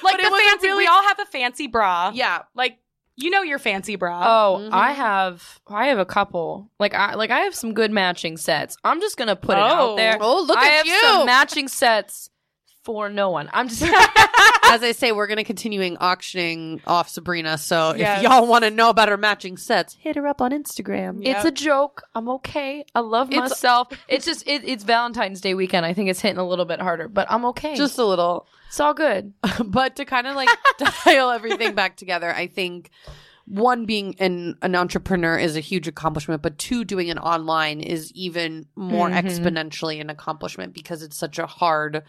[SPEAKER 2] But
[SPEAKER 3] the
[SPEAKER 2] it was a
[SPEAKER 3] fancy.
[SPEAKER 2] really-
[SPEAKER 3] we all have a fancy bra.
[SPEAKER 2] yeah,
[SPEAKER 3] Like you know your fancy bra.
[SPEAKER 1] Oh,
[SPEAKER 2] Mhm.
[SPEAKER 1] I have, I have a couple. Like, I like I have some good matching sets. I'm just gonna put it out
[SPEAKER 3] Oh.
[SPEAKER 1] there.
[SPEAKER 2] Oh, look
[SPEAKER 1] I
[SPEAKER 2] at
[SPEAKER 1] have
[SPEAKER 2] you.
[SPEAKER 1] some matching sets for no one. I'm just.
[SPEAKER 2] As I say, we're going to continuing auctioning off Sabrina. So
[SPEAKER 3] Yes.
[SPEAKER 2] if y'all want to know about her matching sets, hit her up on Instagram.
[SPEAKER 3] Yeah.
[SPEAKER 1] It's a joke. I'm okay. I love
[SPEAKER 2] It's-
[SPEAKER 1] myself. It's just it, it's Valentine's Day weekend. I think it's hitting a little bit harder, but I'm okay.
[SPEAKER 2] Just a little.
[SPEAKER 1] it's all good.
[SPEAKER 2] but to kind of like dial everything back together, I think one being an, an entrepreneur is a huge accomplishment, but two doing it online is even more
[SPEAKER 3] Mm-hmm.
[SPEAKER 1] Mhm.
[SPEAKER 2] exponentially an accomplishment because it's such a hard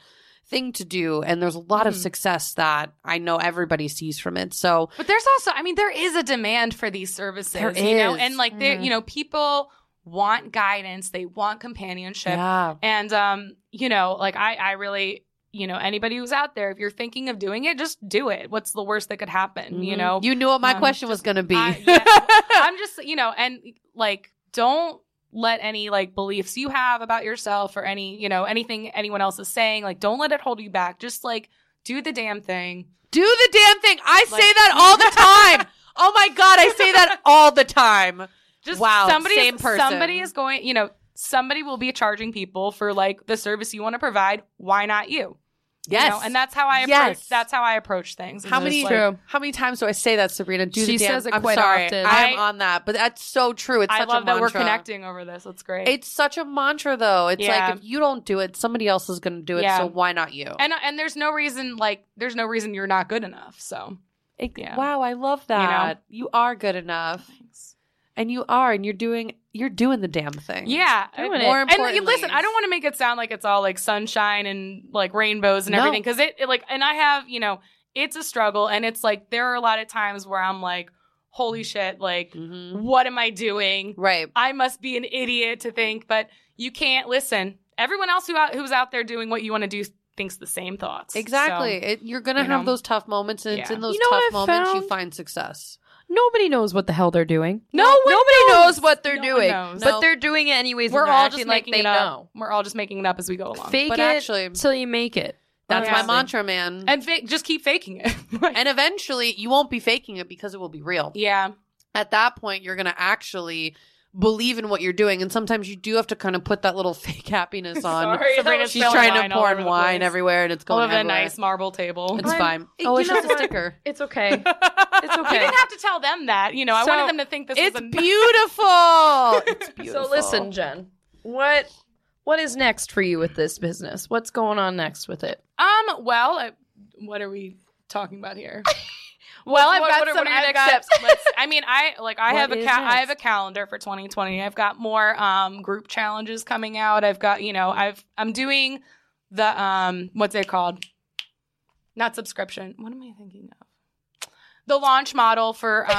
[SPEAKER 2] thing to do and there's a lot of
[SPEAKER 3] Mhm.
[SPEAKER 2] success that I know everybody sees from it. So
[SPEAKER 3] But there's also, I mean, there is a demand for these services,
[SPEAKER 2] There
[SPEAKER 3] you know,
[SPEAKER 2] is.
[SPEAKER 3] and like they,
[SPEAKER 1] Mhm.
[SPEAKER 3] you know, people want guidance, they want companionship,
[SPEAKER 2] yeah.
[SPEAKER 3] and um, you know, like I, I really, you know, anybody who's out there, if you're thinking of doing it, just do it. What's the worst that could happen, you
[SPEAKER 2] Mhm.
[SPEAKER 3] know?
[SPEAKER 2] You knew what my
[SPEAKER 3] um,
[SPEAKER 2] question was gonna be.
[SPEAKER 3] I- yeah. I'm just, you know, and like, don't let any like beliefs you have about yourself or any, you know, anything anyone else is saying, like, don't let it hold you back. Just like do the damn thing.
[SPEAKER 2] do the damn thing. I
[SPEAKER 3] Like-
[SPEAKER 2] say that all the time. oh my god, I say that all the time.
[SPEAKER 3] Just
[SPEAKER 2] Wow,
[SPEAKER 3] somebody
[SPEAKER 2] same
[SPEAKER 3] is,
[SPEAKER 2] person.
[SPEAKER 3] Somebody is going, you know, somebody will be charging people for like the service you want to provide. Why not you? you
[SPEAKER 2] Yes.
[SPEAKER 3] know? and that's how I approach,
[SPEAKER 2] Yes.
[SPEAKER 3] that's how I approach things. is
[SPEAKER 2] How
[SPEAKER 3] just
[SPEAKER 2] many
[SPEAKER 3] like-
[SPEAKER 1] True.
[SPEAKER 2] how many times do I say that, Sabrina? Do
[SPEAKER 1] She
[SPEAKER 2] the damn-
[SPEAKER 1] says it
[SPEAKER 2] I'm
[SPEAKER 1] quite
[SPEAKER 2] sorry.
[SPEAKER 1] often.
[SPEAKER 2] I'm
[SPEAKER 3] I-
[SPEAKER 2] on that, but that's so true. It's
[SPEAKER 3] I
[SPEAKER 2] such
[SPEAKER 3] love
[SPEAKER 2] a
[SPEAKER 3] that we're
[SPEAKER 2] mantra.
[SPEAKER 3] connecting over this. That's great.
[SPEAKER 2] It's such a mantra, though. It's
[SPEAKER 3] Yeah.
[SPEAKER 2] like if you don't do it, somebody else is going to do it.
[SPEAKER 3] Yeah.
[SPEAKER 2] So why not you?
[SPEAKER 3] and and there's no reason like there's no reason you're not good enough. So
[SPEAKER 2] It-
[SPEAKER 3] yeah.
[SPEAKER 2] Wow, I love
[SPEAKER 3] know?
[SPEAKER 2] that. You, are good enough,
[SPEAKER 3] thanks.
[SPEAKER 2] and you are, and you're doing you're doing the damn thing.
[SPEAKER 3] Yeah,
[SPEAKER 1] Doing
[SPEAKER 3] and-
[SPEAKER 1] it.
[SPEAKER 2] More
[SPEAKER 3] and
[SPEAKER 2] importantly-
[SPEAKER 3] listen, I don't want to make it sound like it's all like sunshine and like rainbows and
[SPEAKER 2] No.
[SPEAKER 3] everything because it, it, like and I have you know it's a struggle and it's like there are a lot of times where I'm like holy shit like
[SPEAKER 2] Mhm.
[SPEAKER 3] what am I doing
[SPEAKER 2] Right.
[SPEAKER 3] I must be an idiot to think but you can't listen everyone else who out, who's out there doing what you want to do thinks the same thoughts So,
[SPEAKER 2] Exactly. It, you're gonna
[SPEAKER 3] you
[SPEAKER 2] have
[SPEAKER 3] know.
[SPEAKER 2] those tough moments, and it's
[SPEAKER 3] Yeah.
[SPEAKER 2] in those
[SPEAKER 1] You know
[SPEAKER 2] tough
[SPEAKER 1] what I've
[SPEAKER 2] moments you
[SPEAKER 1] found?
[SPEAKER 2] find success.
[SPEAKER 1] Nobody knows what the hell they're doing.
[SPEAKER 3] No one
[SPEAKER 1] nobody knows.
[SPEAKER 3] knows.
[SPEAKER 1] what they're
[SPEAKER 3] No one
[SPEAKER 1] doing,
[SPEAKER 3] knows.
[SPEAKER 1] but
[SPEAKER 2] No.
[SPEAKER 1] they're doing it anyways. and
[SPEAKER 3] we're
[SPEAKER 1] they're
[SPEAKER 3] all
[SPEAKER 1] acting
[SPEAKER 3] just
[SPEAKER 1] like
[SPEAKER 3] making
[SPEAKER 1] they
[SPEAKER 3] it
[SPEAKER 1] know.
[SPEAKER 3] up we're all just making it up as we go along
[SPEAKER 1] Fake
[SPEAKER 2] But
[SPEAKER 1] it
[SPEAKER 2] actually-
[SPEAKER 1] till you make it.
[SPEAKER 2] That's my
[SPEAKER 3] Honestly.
[SPEAKER 2] mantra, man. And,
[SPEAKER 3] and fake just keep faking it
[SPEAKER 2] eventually, you won't be faking it because it will be real.
[SPEAKER 3] yeah
[SPEAKER 2] At that point, you're gonna actually believe in what you're doing, and sometimes you do have to kind of put that little fake happiness on.
[SPEAKER 3] Sorry, that
[SPEAKER 2] Sabrina's-
[SPEAKER 3] was
[SPEAKER 2] she's
[SPEAKER 3] spilling
[SPEAKER 2] trying
[SPEAKER 3] wine
[SPEAKER 2] to
[SPEAKER 3] all
[SPEAKER 2] pour
[SPEAKER 3] over
[SPEAKER 2] in
[SPEAKER 3] the
[SPEAKER 2] wine
[SPEAKER 3] place.
[SPEAKER 2] everywhere, and it's
[SPEAKER 3] all
[SPEAKER 2] going
[SPEAKER 3] over the
[SPEAKER 2] everywhere.
[SPEAKER 3] nice marble table.
[SPEAKER 2] It's
[SPEAKER 1] I'm-
[SPEAKER 2] fine.
[SPEAKER 1] you
[SPEAKER 2] Oh, it's
[SPEAKER 1] know
[SPEAKER 2] just a
[SPEAKER 1] what?
[SPEAKER 2] sticker.
[SPEAKER 1] It's okay.
[SPEAKER 3] it's
[SPEAKER 1] okay.
[SPEAKER 3] You didn't have to tell them that. You know, I
[SPEAKER 1] So,
[SPEAKER 3] wanted them to think this
[SPEAKER 2] It's
[SPEAKER 3] was a
[SPEAKER 2] beautiful. It's beautiful.
[SPEAKER 1] so listen, Jen. What what is next for you with this business? What's going on next with it?
[SPEAKER 3] Um. Well, uh, what are we talking about here?
[SPEAKER 1] Well,
[SPEAKER 3] What- what are- what are your
[SPEAKER 1] I've
[SPEAKER 3] next
[SPEAKER 1] got-
[SPEAKER 3] steps? Let's, I mean, I like I
[SPEAKER 1] What
[SPEAKER 3] have a
[SPEAKER 1] is
[SPEAKER 3] ca-
[SPEAKER 1] next?
[SPEAKER 3] I have a calendar for 2020. I've got more um group challenges coming out. I've got you know I've I'm doing the um what's it called? Not subscription. What am I thinking of? The launch model for um.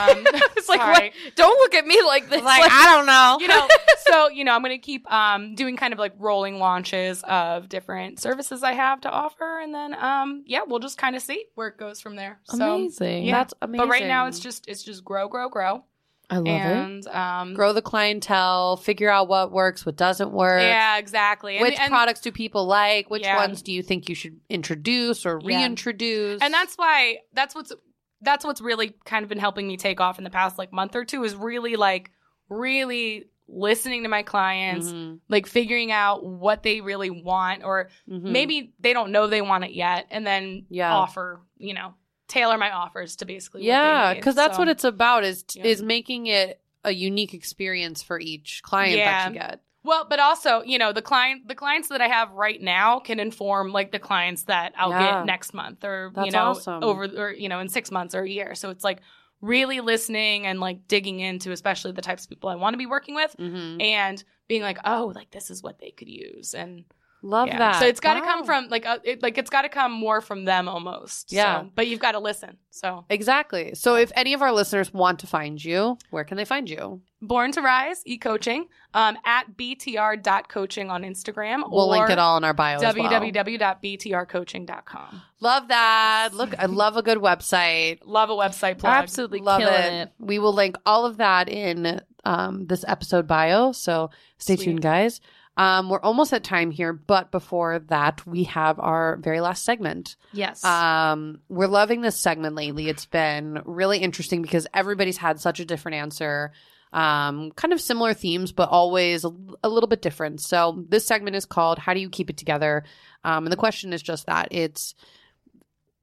[SPEAKER 3] it's
[SPEAKER 1] like, what? Don't look at me like this.
[SPEAKER 2] Like I don't know.
[SPEAKER 3] you know so you know i'm gonna keep um doing kind of like rolling launches of different services i have to offer and then um yeah we'll just kind of see where it goes from there so
[SPEAKER 1] amazing.
[SPEAKER 3] yeah.
[SPEAKER 2] That's amazing.
[SPEAKER 3] but right now it's just it's just grow grow grow
[SPEAKER 1] I love it.
[SPEAKER 3] and um
[SPEAKER 2] grow the clientele, figure out what works, what doesn't work.
[SPEAKER 3] yeah exactly And-
[SPEAKER 2] Which
[SPEAKER 3] and,
[SPEAKER 2] products do people like? Which
[SPEAKER 3] Yeah.
[SPEAKER 2] ones do you think you should introduce or
[SPEAKER 3] Yeah.
[SPEAKER 2] reintroduce?
[SPEAKER 3] and that's why that's what's that's what's really kind of been helping me take off in the past like month or two is really like really listening to my
[SPEAKER 1] Mm-hmm.
[SPEAKER 3] clients
[SPEAKER 2] Mhm.
[SPEAKER 3] like figuring out what they really want or
[SPEAKER 2] Mhm.
[SPEAKER 3] maybe they don't know they want it yet and then
[SPEAKER 2] Yeah.
[SPEAKER 3] offer you know tailor my offers to basically
[SPEAKER 2] yeah,
[SPEAKER 3] because
[SPEAKER 2] because that's what it's about is t-
[SPEAKER 3] Yeah.
[SPEAKER 2] is making it a unique experience for each client that
[SPEAKER 3] Yeah.
[SPEAKER 2] you get.
[SPEAKER 3] well but also you know the client the clients that i have right now can inform like the clients that i'll
[SPEAKER 2] Yeah.
[SPEAKER 3] get next month or
[SPEAKER 2] That's
[SPEAKER 3] you know
[SPEAKER 2] awesome.
[SPEAKER 3] over or you know in six months or a year so it's like really listening and like digging into especially the types of people i want to be working with
[SPEAKER 2] Mhm.
[SPEAKER 3] and being like oh like this is what they could use and
[SPEAKER 2] Love
[SPEAKER 3] yeah.
[SPEAKER 2] that.
[SPEAKER 3] so it's got to
[SPEAKER 2] Wow.
[SPEAKER 3] come from like uh, it, like it's got to come more from them almost
[SPEAKER 2] Yeah.
[SPEAKER 3] So- but you've got to listen so
[SPEAKER 2] exactly. So if any of our listeners want to find you, where can they find you?
[SPEAKER 3] Born to Rise e-coaching um, at btr.coaching on Instagram.
[SPEAKER 2] We'll
[SPEAKER 3] or
[SPEAKER 2] link it all in our bio. as well.
[SPEAKER 3] www.btrcoaching.com.
[SPEAKER 2] Love that. Look, I love a good website.
[SPEAKER 3] Love a website plug.
[SPEAKER 1] Absolutely
[SPEAKER 2] Love
[SPEAKER 1] killing
[SPEAKER 2] it.
[SPEAKER 1] it.
[SPEAKER 2] We will link all of that in um, this episode bio. So stay
[SPEAKER 3] Sweet.
[SPEAKER 2] tuned, guys. Um, we're almost at time here, but before that, we have our very last segment.
[SPEAKER 1] Yes.
[SPEAKER 3] Uh,
[SPEAKER 2] Um, we're loving this segment lately. It's been really interesting because everybody's had such a different answer. Um, kind of similar themes, but always a, a little bit different. So this segment is called "How Do You Keep It Together?" Um, and the question is just that: it's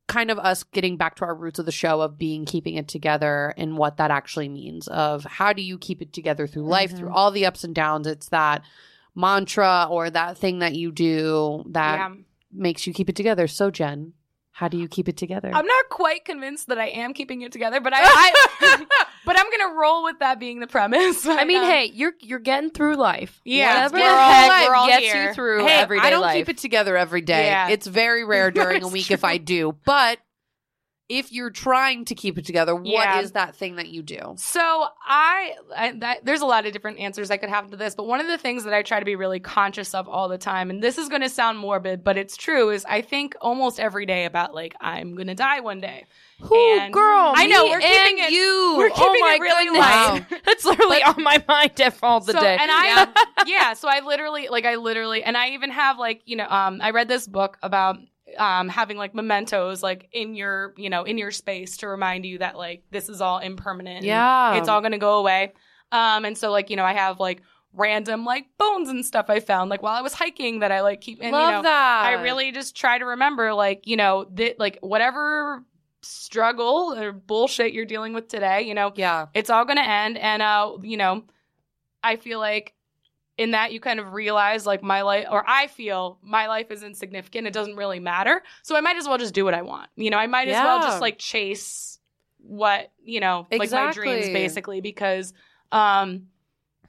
[SPEAKER 2] kind of us getting back to our roots of the show of being keeping it together and what that actually means. Of how do you keep it together through life,
[SPEAKER 1] Mhm.
[SPEAKER 2] through all the ups and downs? It's that mantra or that thing that you do that
[SPEAKER 3] Yeah.
[SPEAKER 2] makes you keep it together. So, Jen, how do you keep it together?
[SPEAKER 3] I'm not quite convinced that I am keeping it together, but I, I but I'm gonna roll with that being the premise.
[SPEAKER 1] I mean,
[SPEAKER 3] Um,
[SPEAKER 1] hey, you're you're getting through life.
[SPEAKER 3] Yeah.
[SPEAKER 1] Whatever
[SPEAKER 2] We're
[SPEAKER 1] the
[SPEAKER 2] all-
[SPEAKER 1] heck
[SPEAKER 3] we're all
[SPEAKER 1] gets
[SPEAKER 3] here.
[SPEAKER 1] you through
[SPEAKER 2] hey,
[SPEAKER 1] everyday
[SPEAKER 2] I don't
[SPEAKER 1] life.
[SPEAKER 2] keep it together every day.
[SPEAKER 3] Yeah.
[SPEAKER 2] It's very rare during a
[SPEAKER 3] It's
[SPEAKER 2] week
[SPEAKER 3] true.
[SPEAKER 2] if I do. But if you're trying to keep it together,
[SPEAKER 3] Yeah.
[SPEAKER 2] what is that thing that you do?
[SPEAKER 3] So I, I that, there's a lot of different answers I could have to this, but one of the things that I try to be really conscious of all the time, and this is going to sound morbid, but it's true, is I think almost every day about like I'm going to die one day.
[SPEAKER 1] Who,
[SPEAKER 3] And-
[SPEAKER 1] girl?
[SPEAKER 3] I know,
[SPEAKER 1] me
[SPEAKER 3] we're keeping
[SPEAKER 1] and
[SPEAKER 3] it-
[SPEAKER 1] You.
[SPEAKER 3] we're
[SPEAKER 1] oh
[SPEAKER 3] keeping
[SPEAKER 1] my
[SPEAKER 3] it really
[SPEAKER 1] goodness.
[SPEAKER 2] light.
[SPEAKER 1] That's literally on my mind ev- all the
[SPEAKER 3] so,
[SPEAKER 1] day.
[SPEAKER 3] And I,
[SPEAKER 2] Yeah.
[SPEAKER 3] yeah. so I literally, like, I literally, and I even have like, you know, um, I read this book about um having like mementos like in your you know in your space to remind you that like this is all impermanent and
[SPEAKER 2] Yeah.
[SPEAKER 3] it's all going to go away. Um, and so like you know, I have like random like bones and stuff I found like while I was hiking that I like keep and
[SPEAKER 2] Love
[SPEAKER 3] you know
[SPEAKER 2] that.
[SPEAKER 3] I really just try to remember like you know that like whatever struggle or bullshit you're dealing with today you know
[SPEAKER 2] yeah.
[SPEAKER 3] it's all going to end and uh you know i feel like in that you kind of realize like my life or i feel my life is insignificant it doesn't really matter so i might as well just do what i want you know i might as well
[SPEAKER 2] Yeah.
[SPEAKER 3] just like chase what you know like my dreams
[SPEAKER 1] Exactly.
[SPEAKER 3] basically because um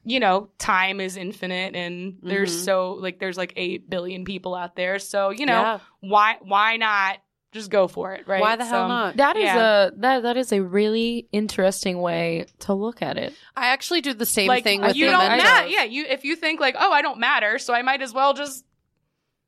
[SPEAKER 3] you know time is infinite and there's
[SPEAKER 2] Mhm.
[SPEAKER 3] so like there's like 8 billion people out there so you know
[SPEAKER 2] Yeah.
[SPEAKER 3] why why not just go for it right
[SPEAKER 2] why the hell
[SPEAKER 3] So-
[SPEAKER 2] not?
[SPEAKER 1] That is
[SPEAKER 3] Yeah.
[SPEAKER 1] a that that is a really interesting way to look at it.
[SPEAKER 2] I actually do the same
[SPEAKER 3] like uh,
[SPEAKER 2] thing with
[SPEAKER 3] you
[SPEAKER 2] the
[SPEAKER 3] don't
[SPEAKER 1] mementos.
[SPEAKER 3] matter. Yeah, you if you think like, oh, I don't matter, so I might as well just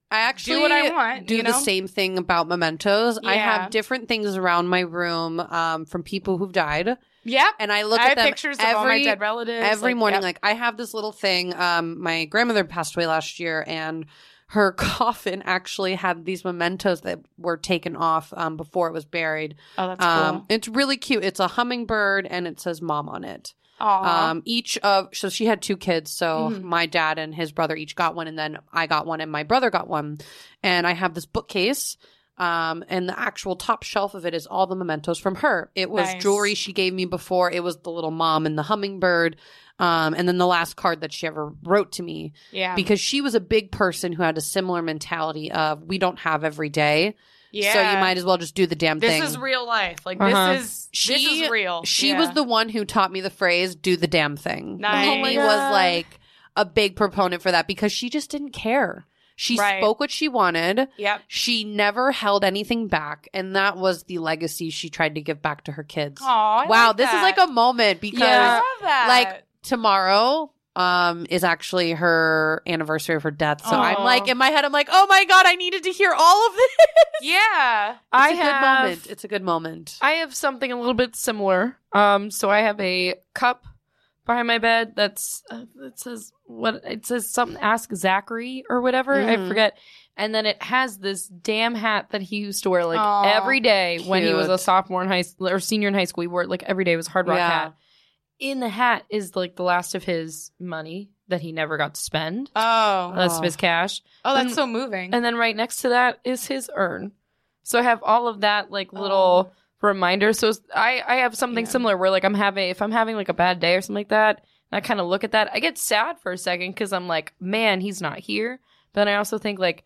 [SPEAKER 2] I actually
[SPEAKER 3] do what I want.
[SPEAKER 2] do
[SPEAKER 3] you
[SPEAKER 2] the
[SPEAKER 3] know?
[SPEAKER 2] same thing about mementos. I
[SPEAKER 3] Yeah.
[SPEAKER 2] have different things around my room um, from people who've died,
[SPEAKER 3] Yep.
[SPEAKER 2] and I look
[SPEAKER 3] I
[SPEAKER 2] at
[SPEAKER 3] have
[SPEAKER 2] them
[SPEAKER 3] pictures
[SPEAKER 2] every
[SPEAKER 3] of all my dead relatives
[SPEAKER 2] every
[SPEAKER 3] like,
[SPEAKER 2] morning.
[SPEAKER 3] yep.
[SPEAKER 2] Like I have this little thing. Um, my grandmother passed away last year, and her coffin actually had these mementos that were taken off um, before it was buried.
[SPEAKER 3] oh, that's
[SPEAKER 2] Um,
[SPEAKER 3] cool.
[SPEAKER 2] It's really cute. It's a hummingbird, and it says "mom" on it.
[SPEAKER 3] Aw.
[SPEAKER 2] Um, each of so she had two kids. So
[SPEAKER 3] Mhm.
[SPEAKER 2] my dad and his brother each got one, and then I got one, and my brother got one. And I have this bookcase. Um, and the actual top shelf of it is all the mementos from her. It was
[SPEAKER 3] Nice.
[SPEAKER 2] jewelry she gave me before. It was the little mom and the hummingbird. Um, and then the last card that she ever wrote to me
[SPEAKER 3] yeah.
[SPEAKER 2] because she was a big person who had a similar mentality of we don't have every day,
[SPEAKER 3] yeah.
[SPEAKER 2] so you might as well just do the damn
[SPEAKER 3] This
[SPEAKER 2] thing.
[SPEAKER 3] is real life. Like
[SPEAKER 1] Uh-huh.
[SPEAKER 3] this is this
[SPEAKER 2] She-
[SPEAKER 3] is real.
[SPEAKER 2] She
[SPEAKER 3] Yeah.
[SPEAKER 2] was the one who taught me the phrase "do the damn thing."
[SPEAKER 3] Nice.
[SPEAKER 2] Naomi
[SPEAKER 1] Oh my
[SPEAKER 2] was
[SPEAKER 1] God.
[SPEAKER 2] like a big proponent for that because she just didn't care. She
[SPEAKER 3] Right.
[SPEAKER 2] spoke what she wanted.
[SPEAKER 3] Yep.
[SPEAKER 2] She never held anything back, and that was the legacy she tried to give back to her kids.
[SPEAKER 3] Aw, I
[SPEAKER 2] wow,
[SPEAKER 3] like
[SPEAKER 2] this is
[SPEAKER 3] that.
[SPEAKER 2] like a moment because
[SPEAKER 3] I
[SPEAKER 1] Yeah.
[SPEAKER 3] love that.
[SPEAKER 2] like, tomorrow um is actually her anniversary of her death. So
[SPEAKER 3] Aw.
[SPEAKER 2] I'm like in my head, I'm like, oh my god, I needed to hear all of this.
[SPEAKER 3] yeah.
[SPEAKER 1] I
[SPEAKER 2] it's a
[SPEAKER 1] have
[SPEAKER 2] good moment. It's a good moment.
[SPEAKER 1] I have something a little bit similar. Um, so I have a cup behind my bed that's uh, that says what it says something. Ask Zachary or whatever. I
[SPEAKER 2] Mhm.
[SPEAKER 1] forget. And then it has this damn hat that he used to wear like
[SPEAKER 3] Aw,
[SPEAKER 1] every day when he was a
[SPEAKER 2] cute.
[SPEAKER 1] sophomore in high school or senior in high school. He wore it like every day. It was a Hard Rock
[SPEAKER 2] Yeah.
[SPEAKER 1] hat. In the hat is like the last of his money that he never got to spend.
[SPEAKER 3] Oh.
[SPEAKER 1] That's his cash.
[SPEAKER 3] Oh, that's
[SPEAKER 1] and-
[SPEAKER 3] so moving.
[SPEAKER 1] And then right next to that is his urn. So I have all of that like little reminders. So it's- I I have something
[SPEAKER 3] Oh. Yeah.
[SPEAKER 1] similar where like I'm having if I'm having like a bad day or something like that, and I kind of look at that, I get sad for a second because I'm like, man, he's not here. But then I also think like,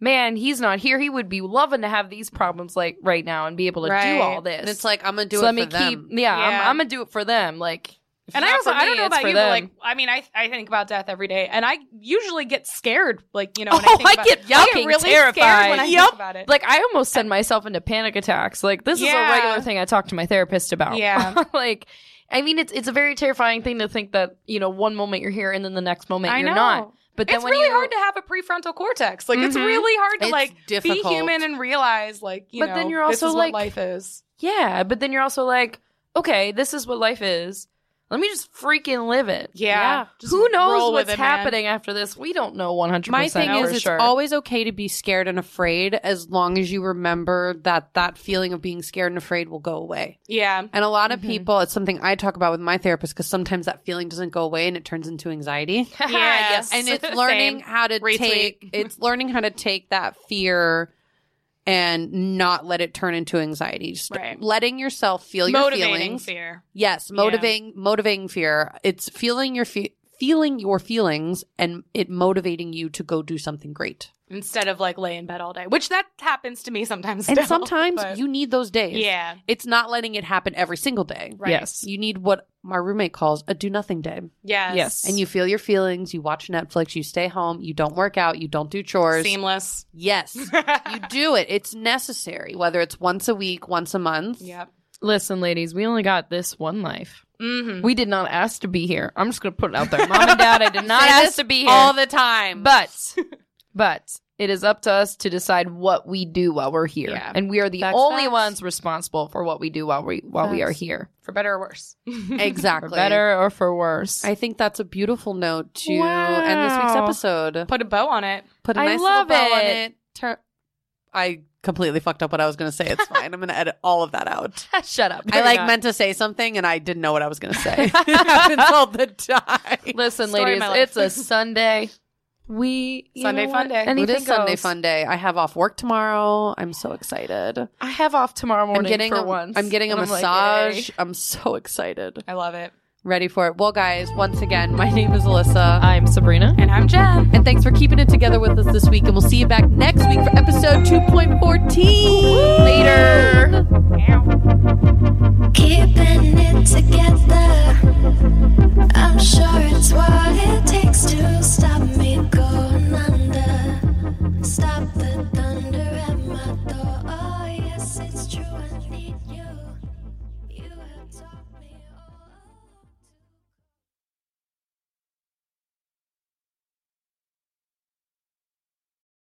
[SPEAKER 1] man, he's not here. He would be loving to have these problems like right now and be able to do
[SPEAKER 3] Right.
[SPEAKER 1] all this.
[SPEAKER 2] And it's like I'm gonna do
[SPEAKER 1] so
[SPEAKER 2] it
[SPEAKER 1] let
[SPEAKER 2] for
[SPEAKER 1] me
[SPEAKER 2] them.
[SPEAKER 1] keep yeah,
[SPEAKER 3] Yeah.
[SPEAKER 1] I'm, I'm gonna do it for them like. if
[SPEAKER 3] And
[SPEAKER 1] it's
[SPEAKER 3] I
[SPEAKER 1] not
[SPEAKER 3] also
[SPEAKER 1] for
[SPEAKER 3] I don't
[SPEAKER 1] me, it's
[SPEAKER 3] know about
[SPEAKER 1] for
[SPEAKER 3] you,
[SPEAKER 1] them.
[SPEAKER 3] but like I mean I I think about death every day, and I usually get scared, like you know.
[SPEAKER 1] Oh,
[SPEAKER 2] Oh,
[SPEAKER 3] When I, think about, I get really scared when I think about it.
[SPEAKER 1] Like I almost send myself into panic attacks. Like this is
[SPEAKER 3] Yeah.
[SPEAKER 1] a regular thing I talk to my therapist about.
[SPEAKER 3] Yeah.
[SPEAKER 1] like I mean it's it's a very terrifying thing to think that, you know, one moment you're here and then the next moment
[SPEAKER 3] I
[SPEAKER 1] you're
[SPEAKER 3] know.
[SPEAKER 1] not. But then
[SPEAKER 3] it's
[SPEAKER 1] when
[SPEAKER 3] really
[SPEAKER 1] you
[SPEAKER 3] hard to have a prefrontal cortex. Like it's
[SPEAKER 1] Mhm.
[SPEAKER 3] really hard to
[SPEAKER 2] It's
[SPEAKER 3] like be
[SPEAKER 2] difficult.
[SPEAKER 3] human and realize like you
[SPEAKER 1] But
[SPEAKER 3] know.
[SPEAKER 1] then you're
[SPEAKER 3] this
[SPEAKER 1] also,
[SPEAKER 3] is
[SPEAKER 1] like-
[SPEAKER 3] what life is.
[SPEAKER 1] Yeah, but then you're also like, okay, this is what life is. Let me just freaking live it.
[SPEAKER 3] Yeah. Just
[SPEAKER 1] Who knows
[SPEAKER 3] roll with
[SPEAKER 1] what's
[SPEAKER 3] it, man.
[SPEAKER 1] happening after this? We don't know 100%
[SPEAKER 2] My thing
[SPEAKER 1] for
[SPEAKER 2] is, it's
[SPEAKER 1] sure.
[SPEAKER 2] always okay to be scared and afraid as long as you remember that that feeling of being scared and afraid will go away.
[SPEAKER 3] Yeah.
[SPEAKER 2] And a lot of
[SPEAKER 1] Mhm.
[SPEAKER 3] Mm-hmm.
[SPEAKER 2] people, it's something I talk about with my therapist because sometimes that feeling doesn't go away and it turns into anxiety.
[SPEAKER 1] yeah,
[SPEAKER 3] yes.
[SPEAKER 2] And it's
[SPEAKER 3] Same.
[SPEAKER 2] learning how to
[SPEAKER 3] Retweet.
[SPEAKER 2] take it's learning how to take that fear and not let it turn into anxiety. Just
[SPEAKER 3] Right.
[SPEAKER 2] letting yourself feel
[SPEAKER 3] Motivating
[SPEAKER 2] your feelings.
[SPEAKER 3] fear.
[SPEAKER 2] Yes,
[SPEAKER 3] Yeah.
[SPEAKER 2] motivating motivating fear. It's feeling your fe- feeling your feelings and it motivating you to go do something great.
[SPEAKER 3] Instead of like lay in bed all day, which that happens to me sometimes.
[SPEAKER 2] And
[SPEAKER 3] still,
[SPEAKER 2] sometimes
[SPEAKER 3] but-
[SPEAKER 2] you need those days.
[SPEAKER 3] Yeah.
[SPEAKER 2] It's not letting it happen every single day.
[SPEAKER 3] Right.
[SPEAKER 1] Yes.
[SPEAKER 2] You need what my roommate calls a do nothing day.
[SPEAKER 3] Yes.
[SPEAKER 1] Yes.
[SPEAKER 2] And you feel your feelings, you watch Netflix, you stay home, you don't work out, you don't do chores.
[SPEAKER 3] Seamless.
[SPEAKER 2] yes. you do it. It's necessary, whether it's once a week, once a month.
[SPEAKER 3] Yep.
[SPEAKER 1] Listen, ladies, we only got this one life.
[SPEAKER 3] Mm-hmm.
[SPEAKER 1] We did not ask to be here. I'm just going to put it out there. Mom and dad, I did not ask to be here.
[SPEAKER 2] all the time.
[SPEAKER 1] but, but it is up to us to decide what we do while we're here.
[SPEAKER 3] Yeah.
[SPEAKER 1] And we are the
[SPEAKER 2] Facts,
[SPEAKER 1] only
[SPEAKER 2] facts.
[SPEAKER 1] ones responsible for what we do while we, while we are
[SPEAKER 2] Facts.
[SPEAKER 1] here.
[SPEAKER 3] For better or worse.
[SPEAKER 1] For
[SPEAKER 2] exactly.
[SPEAKER 1] better or for worse.
[SPEAKER 2] I think that's a beautiful note to end this week's
[SPEAKER 1] Wow.
[SPEAKER 2] episode.
[SPEAKER 3] Put a bow on it.
[SPEAKER 2] Put a
[SPEAKER 1] I
[SPEAKER 2] nice
[SPEAKER 1] love
[SPEAKER 2] little bow on
[SPEAKER 1] it.
[SPEAKER 2] it. Tur- I completely fucked up what I was going to say. It's fine. I'm going to edit all of that out.
[SPEAKER 1] Shut up.
[SPEAKER 2] I
[SPEAKER 1] You're
[SPEAKER 2] like
[SPEAKER 1] not.
[SPEAKER 2] meant to say something and I didn't know what I was going to say. it happens all the time.
[SPEAKER 1] Listen,
[SPEAKER 3] Story of
[SPEAKER 1] ladies,
[SPEAKER 3] my life.
[SPEAKER 1] it's a Sunday. We you
[SPEAKER 3] Sunday
[SPEAKER 1] know
[SPEAKER 3] fun
[SPEAKER 1] what?
[SPEAKER 3] day. It
[SPEAKER 1] Anything
[SPEAKER 2] it is Sunday
[SPEAKER 1] goes.
[SPEAKER 2] fun day. I have off work tomorrow. I'm so excited.
[SPEAKER 1] I have off tomorrow morning
[SPEAKER 2] I'm getting
[SPEAKER 1] for
[SPEAKER 2] a,
[SPEAKER 1] once.
[SPEAKER 2] I'm getting a
[SPEAKER 1] And I'm like,
[SPEAKER 2] massage.
[SPEAKER 1] yay.
[SPEAKER 2] I'm so excited.
[SPEAKER 3] I love it.
[SPEAKER 2] Ready for it. Well, guys, once again, my name is Alyssa.
[SPEAKER 1] I'm Sabrina.
[SPEAKER 3] And I'm Jen.
[SPEAKER 2] and thanks for keeping it together with us this week. And we'll see you back next week for episode 2.14. Later.
[SPEAKER 4] Keeping it together. Oh,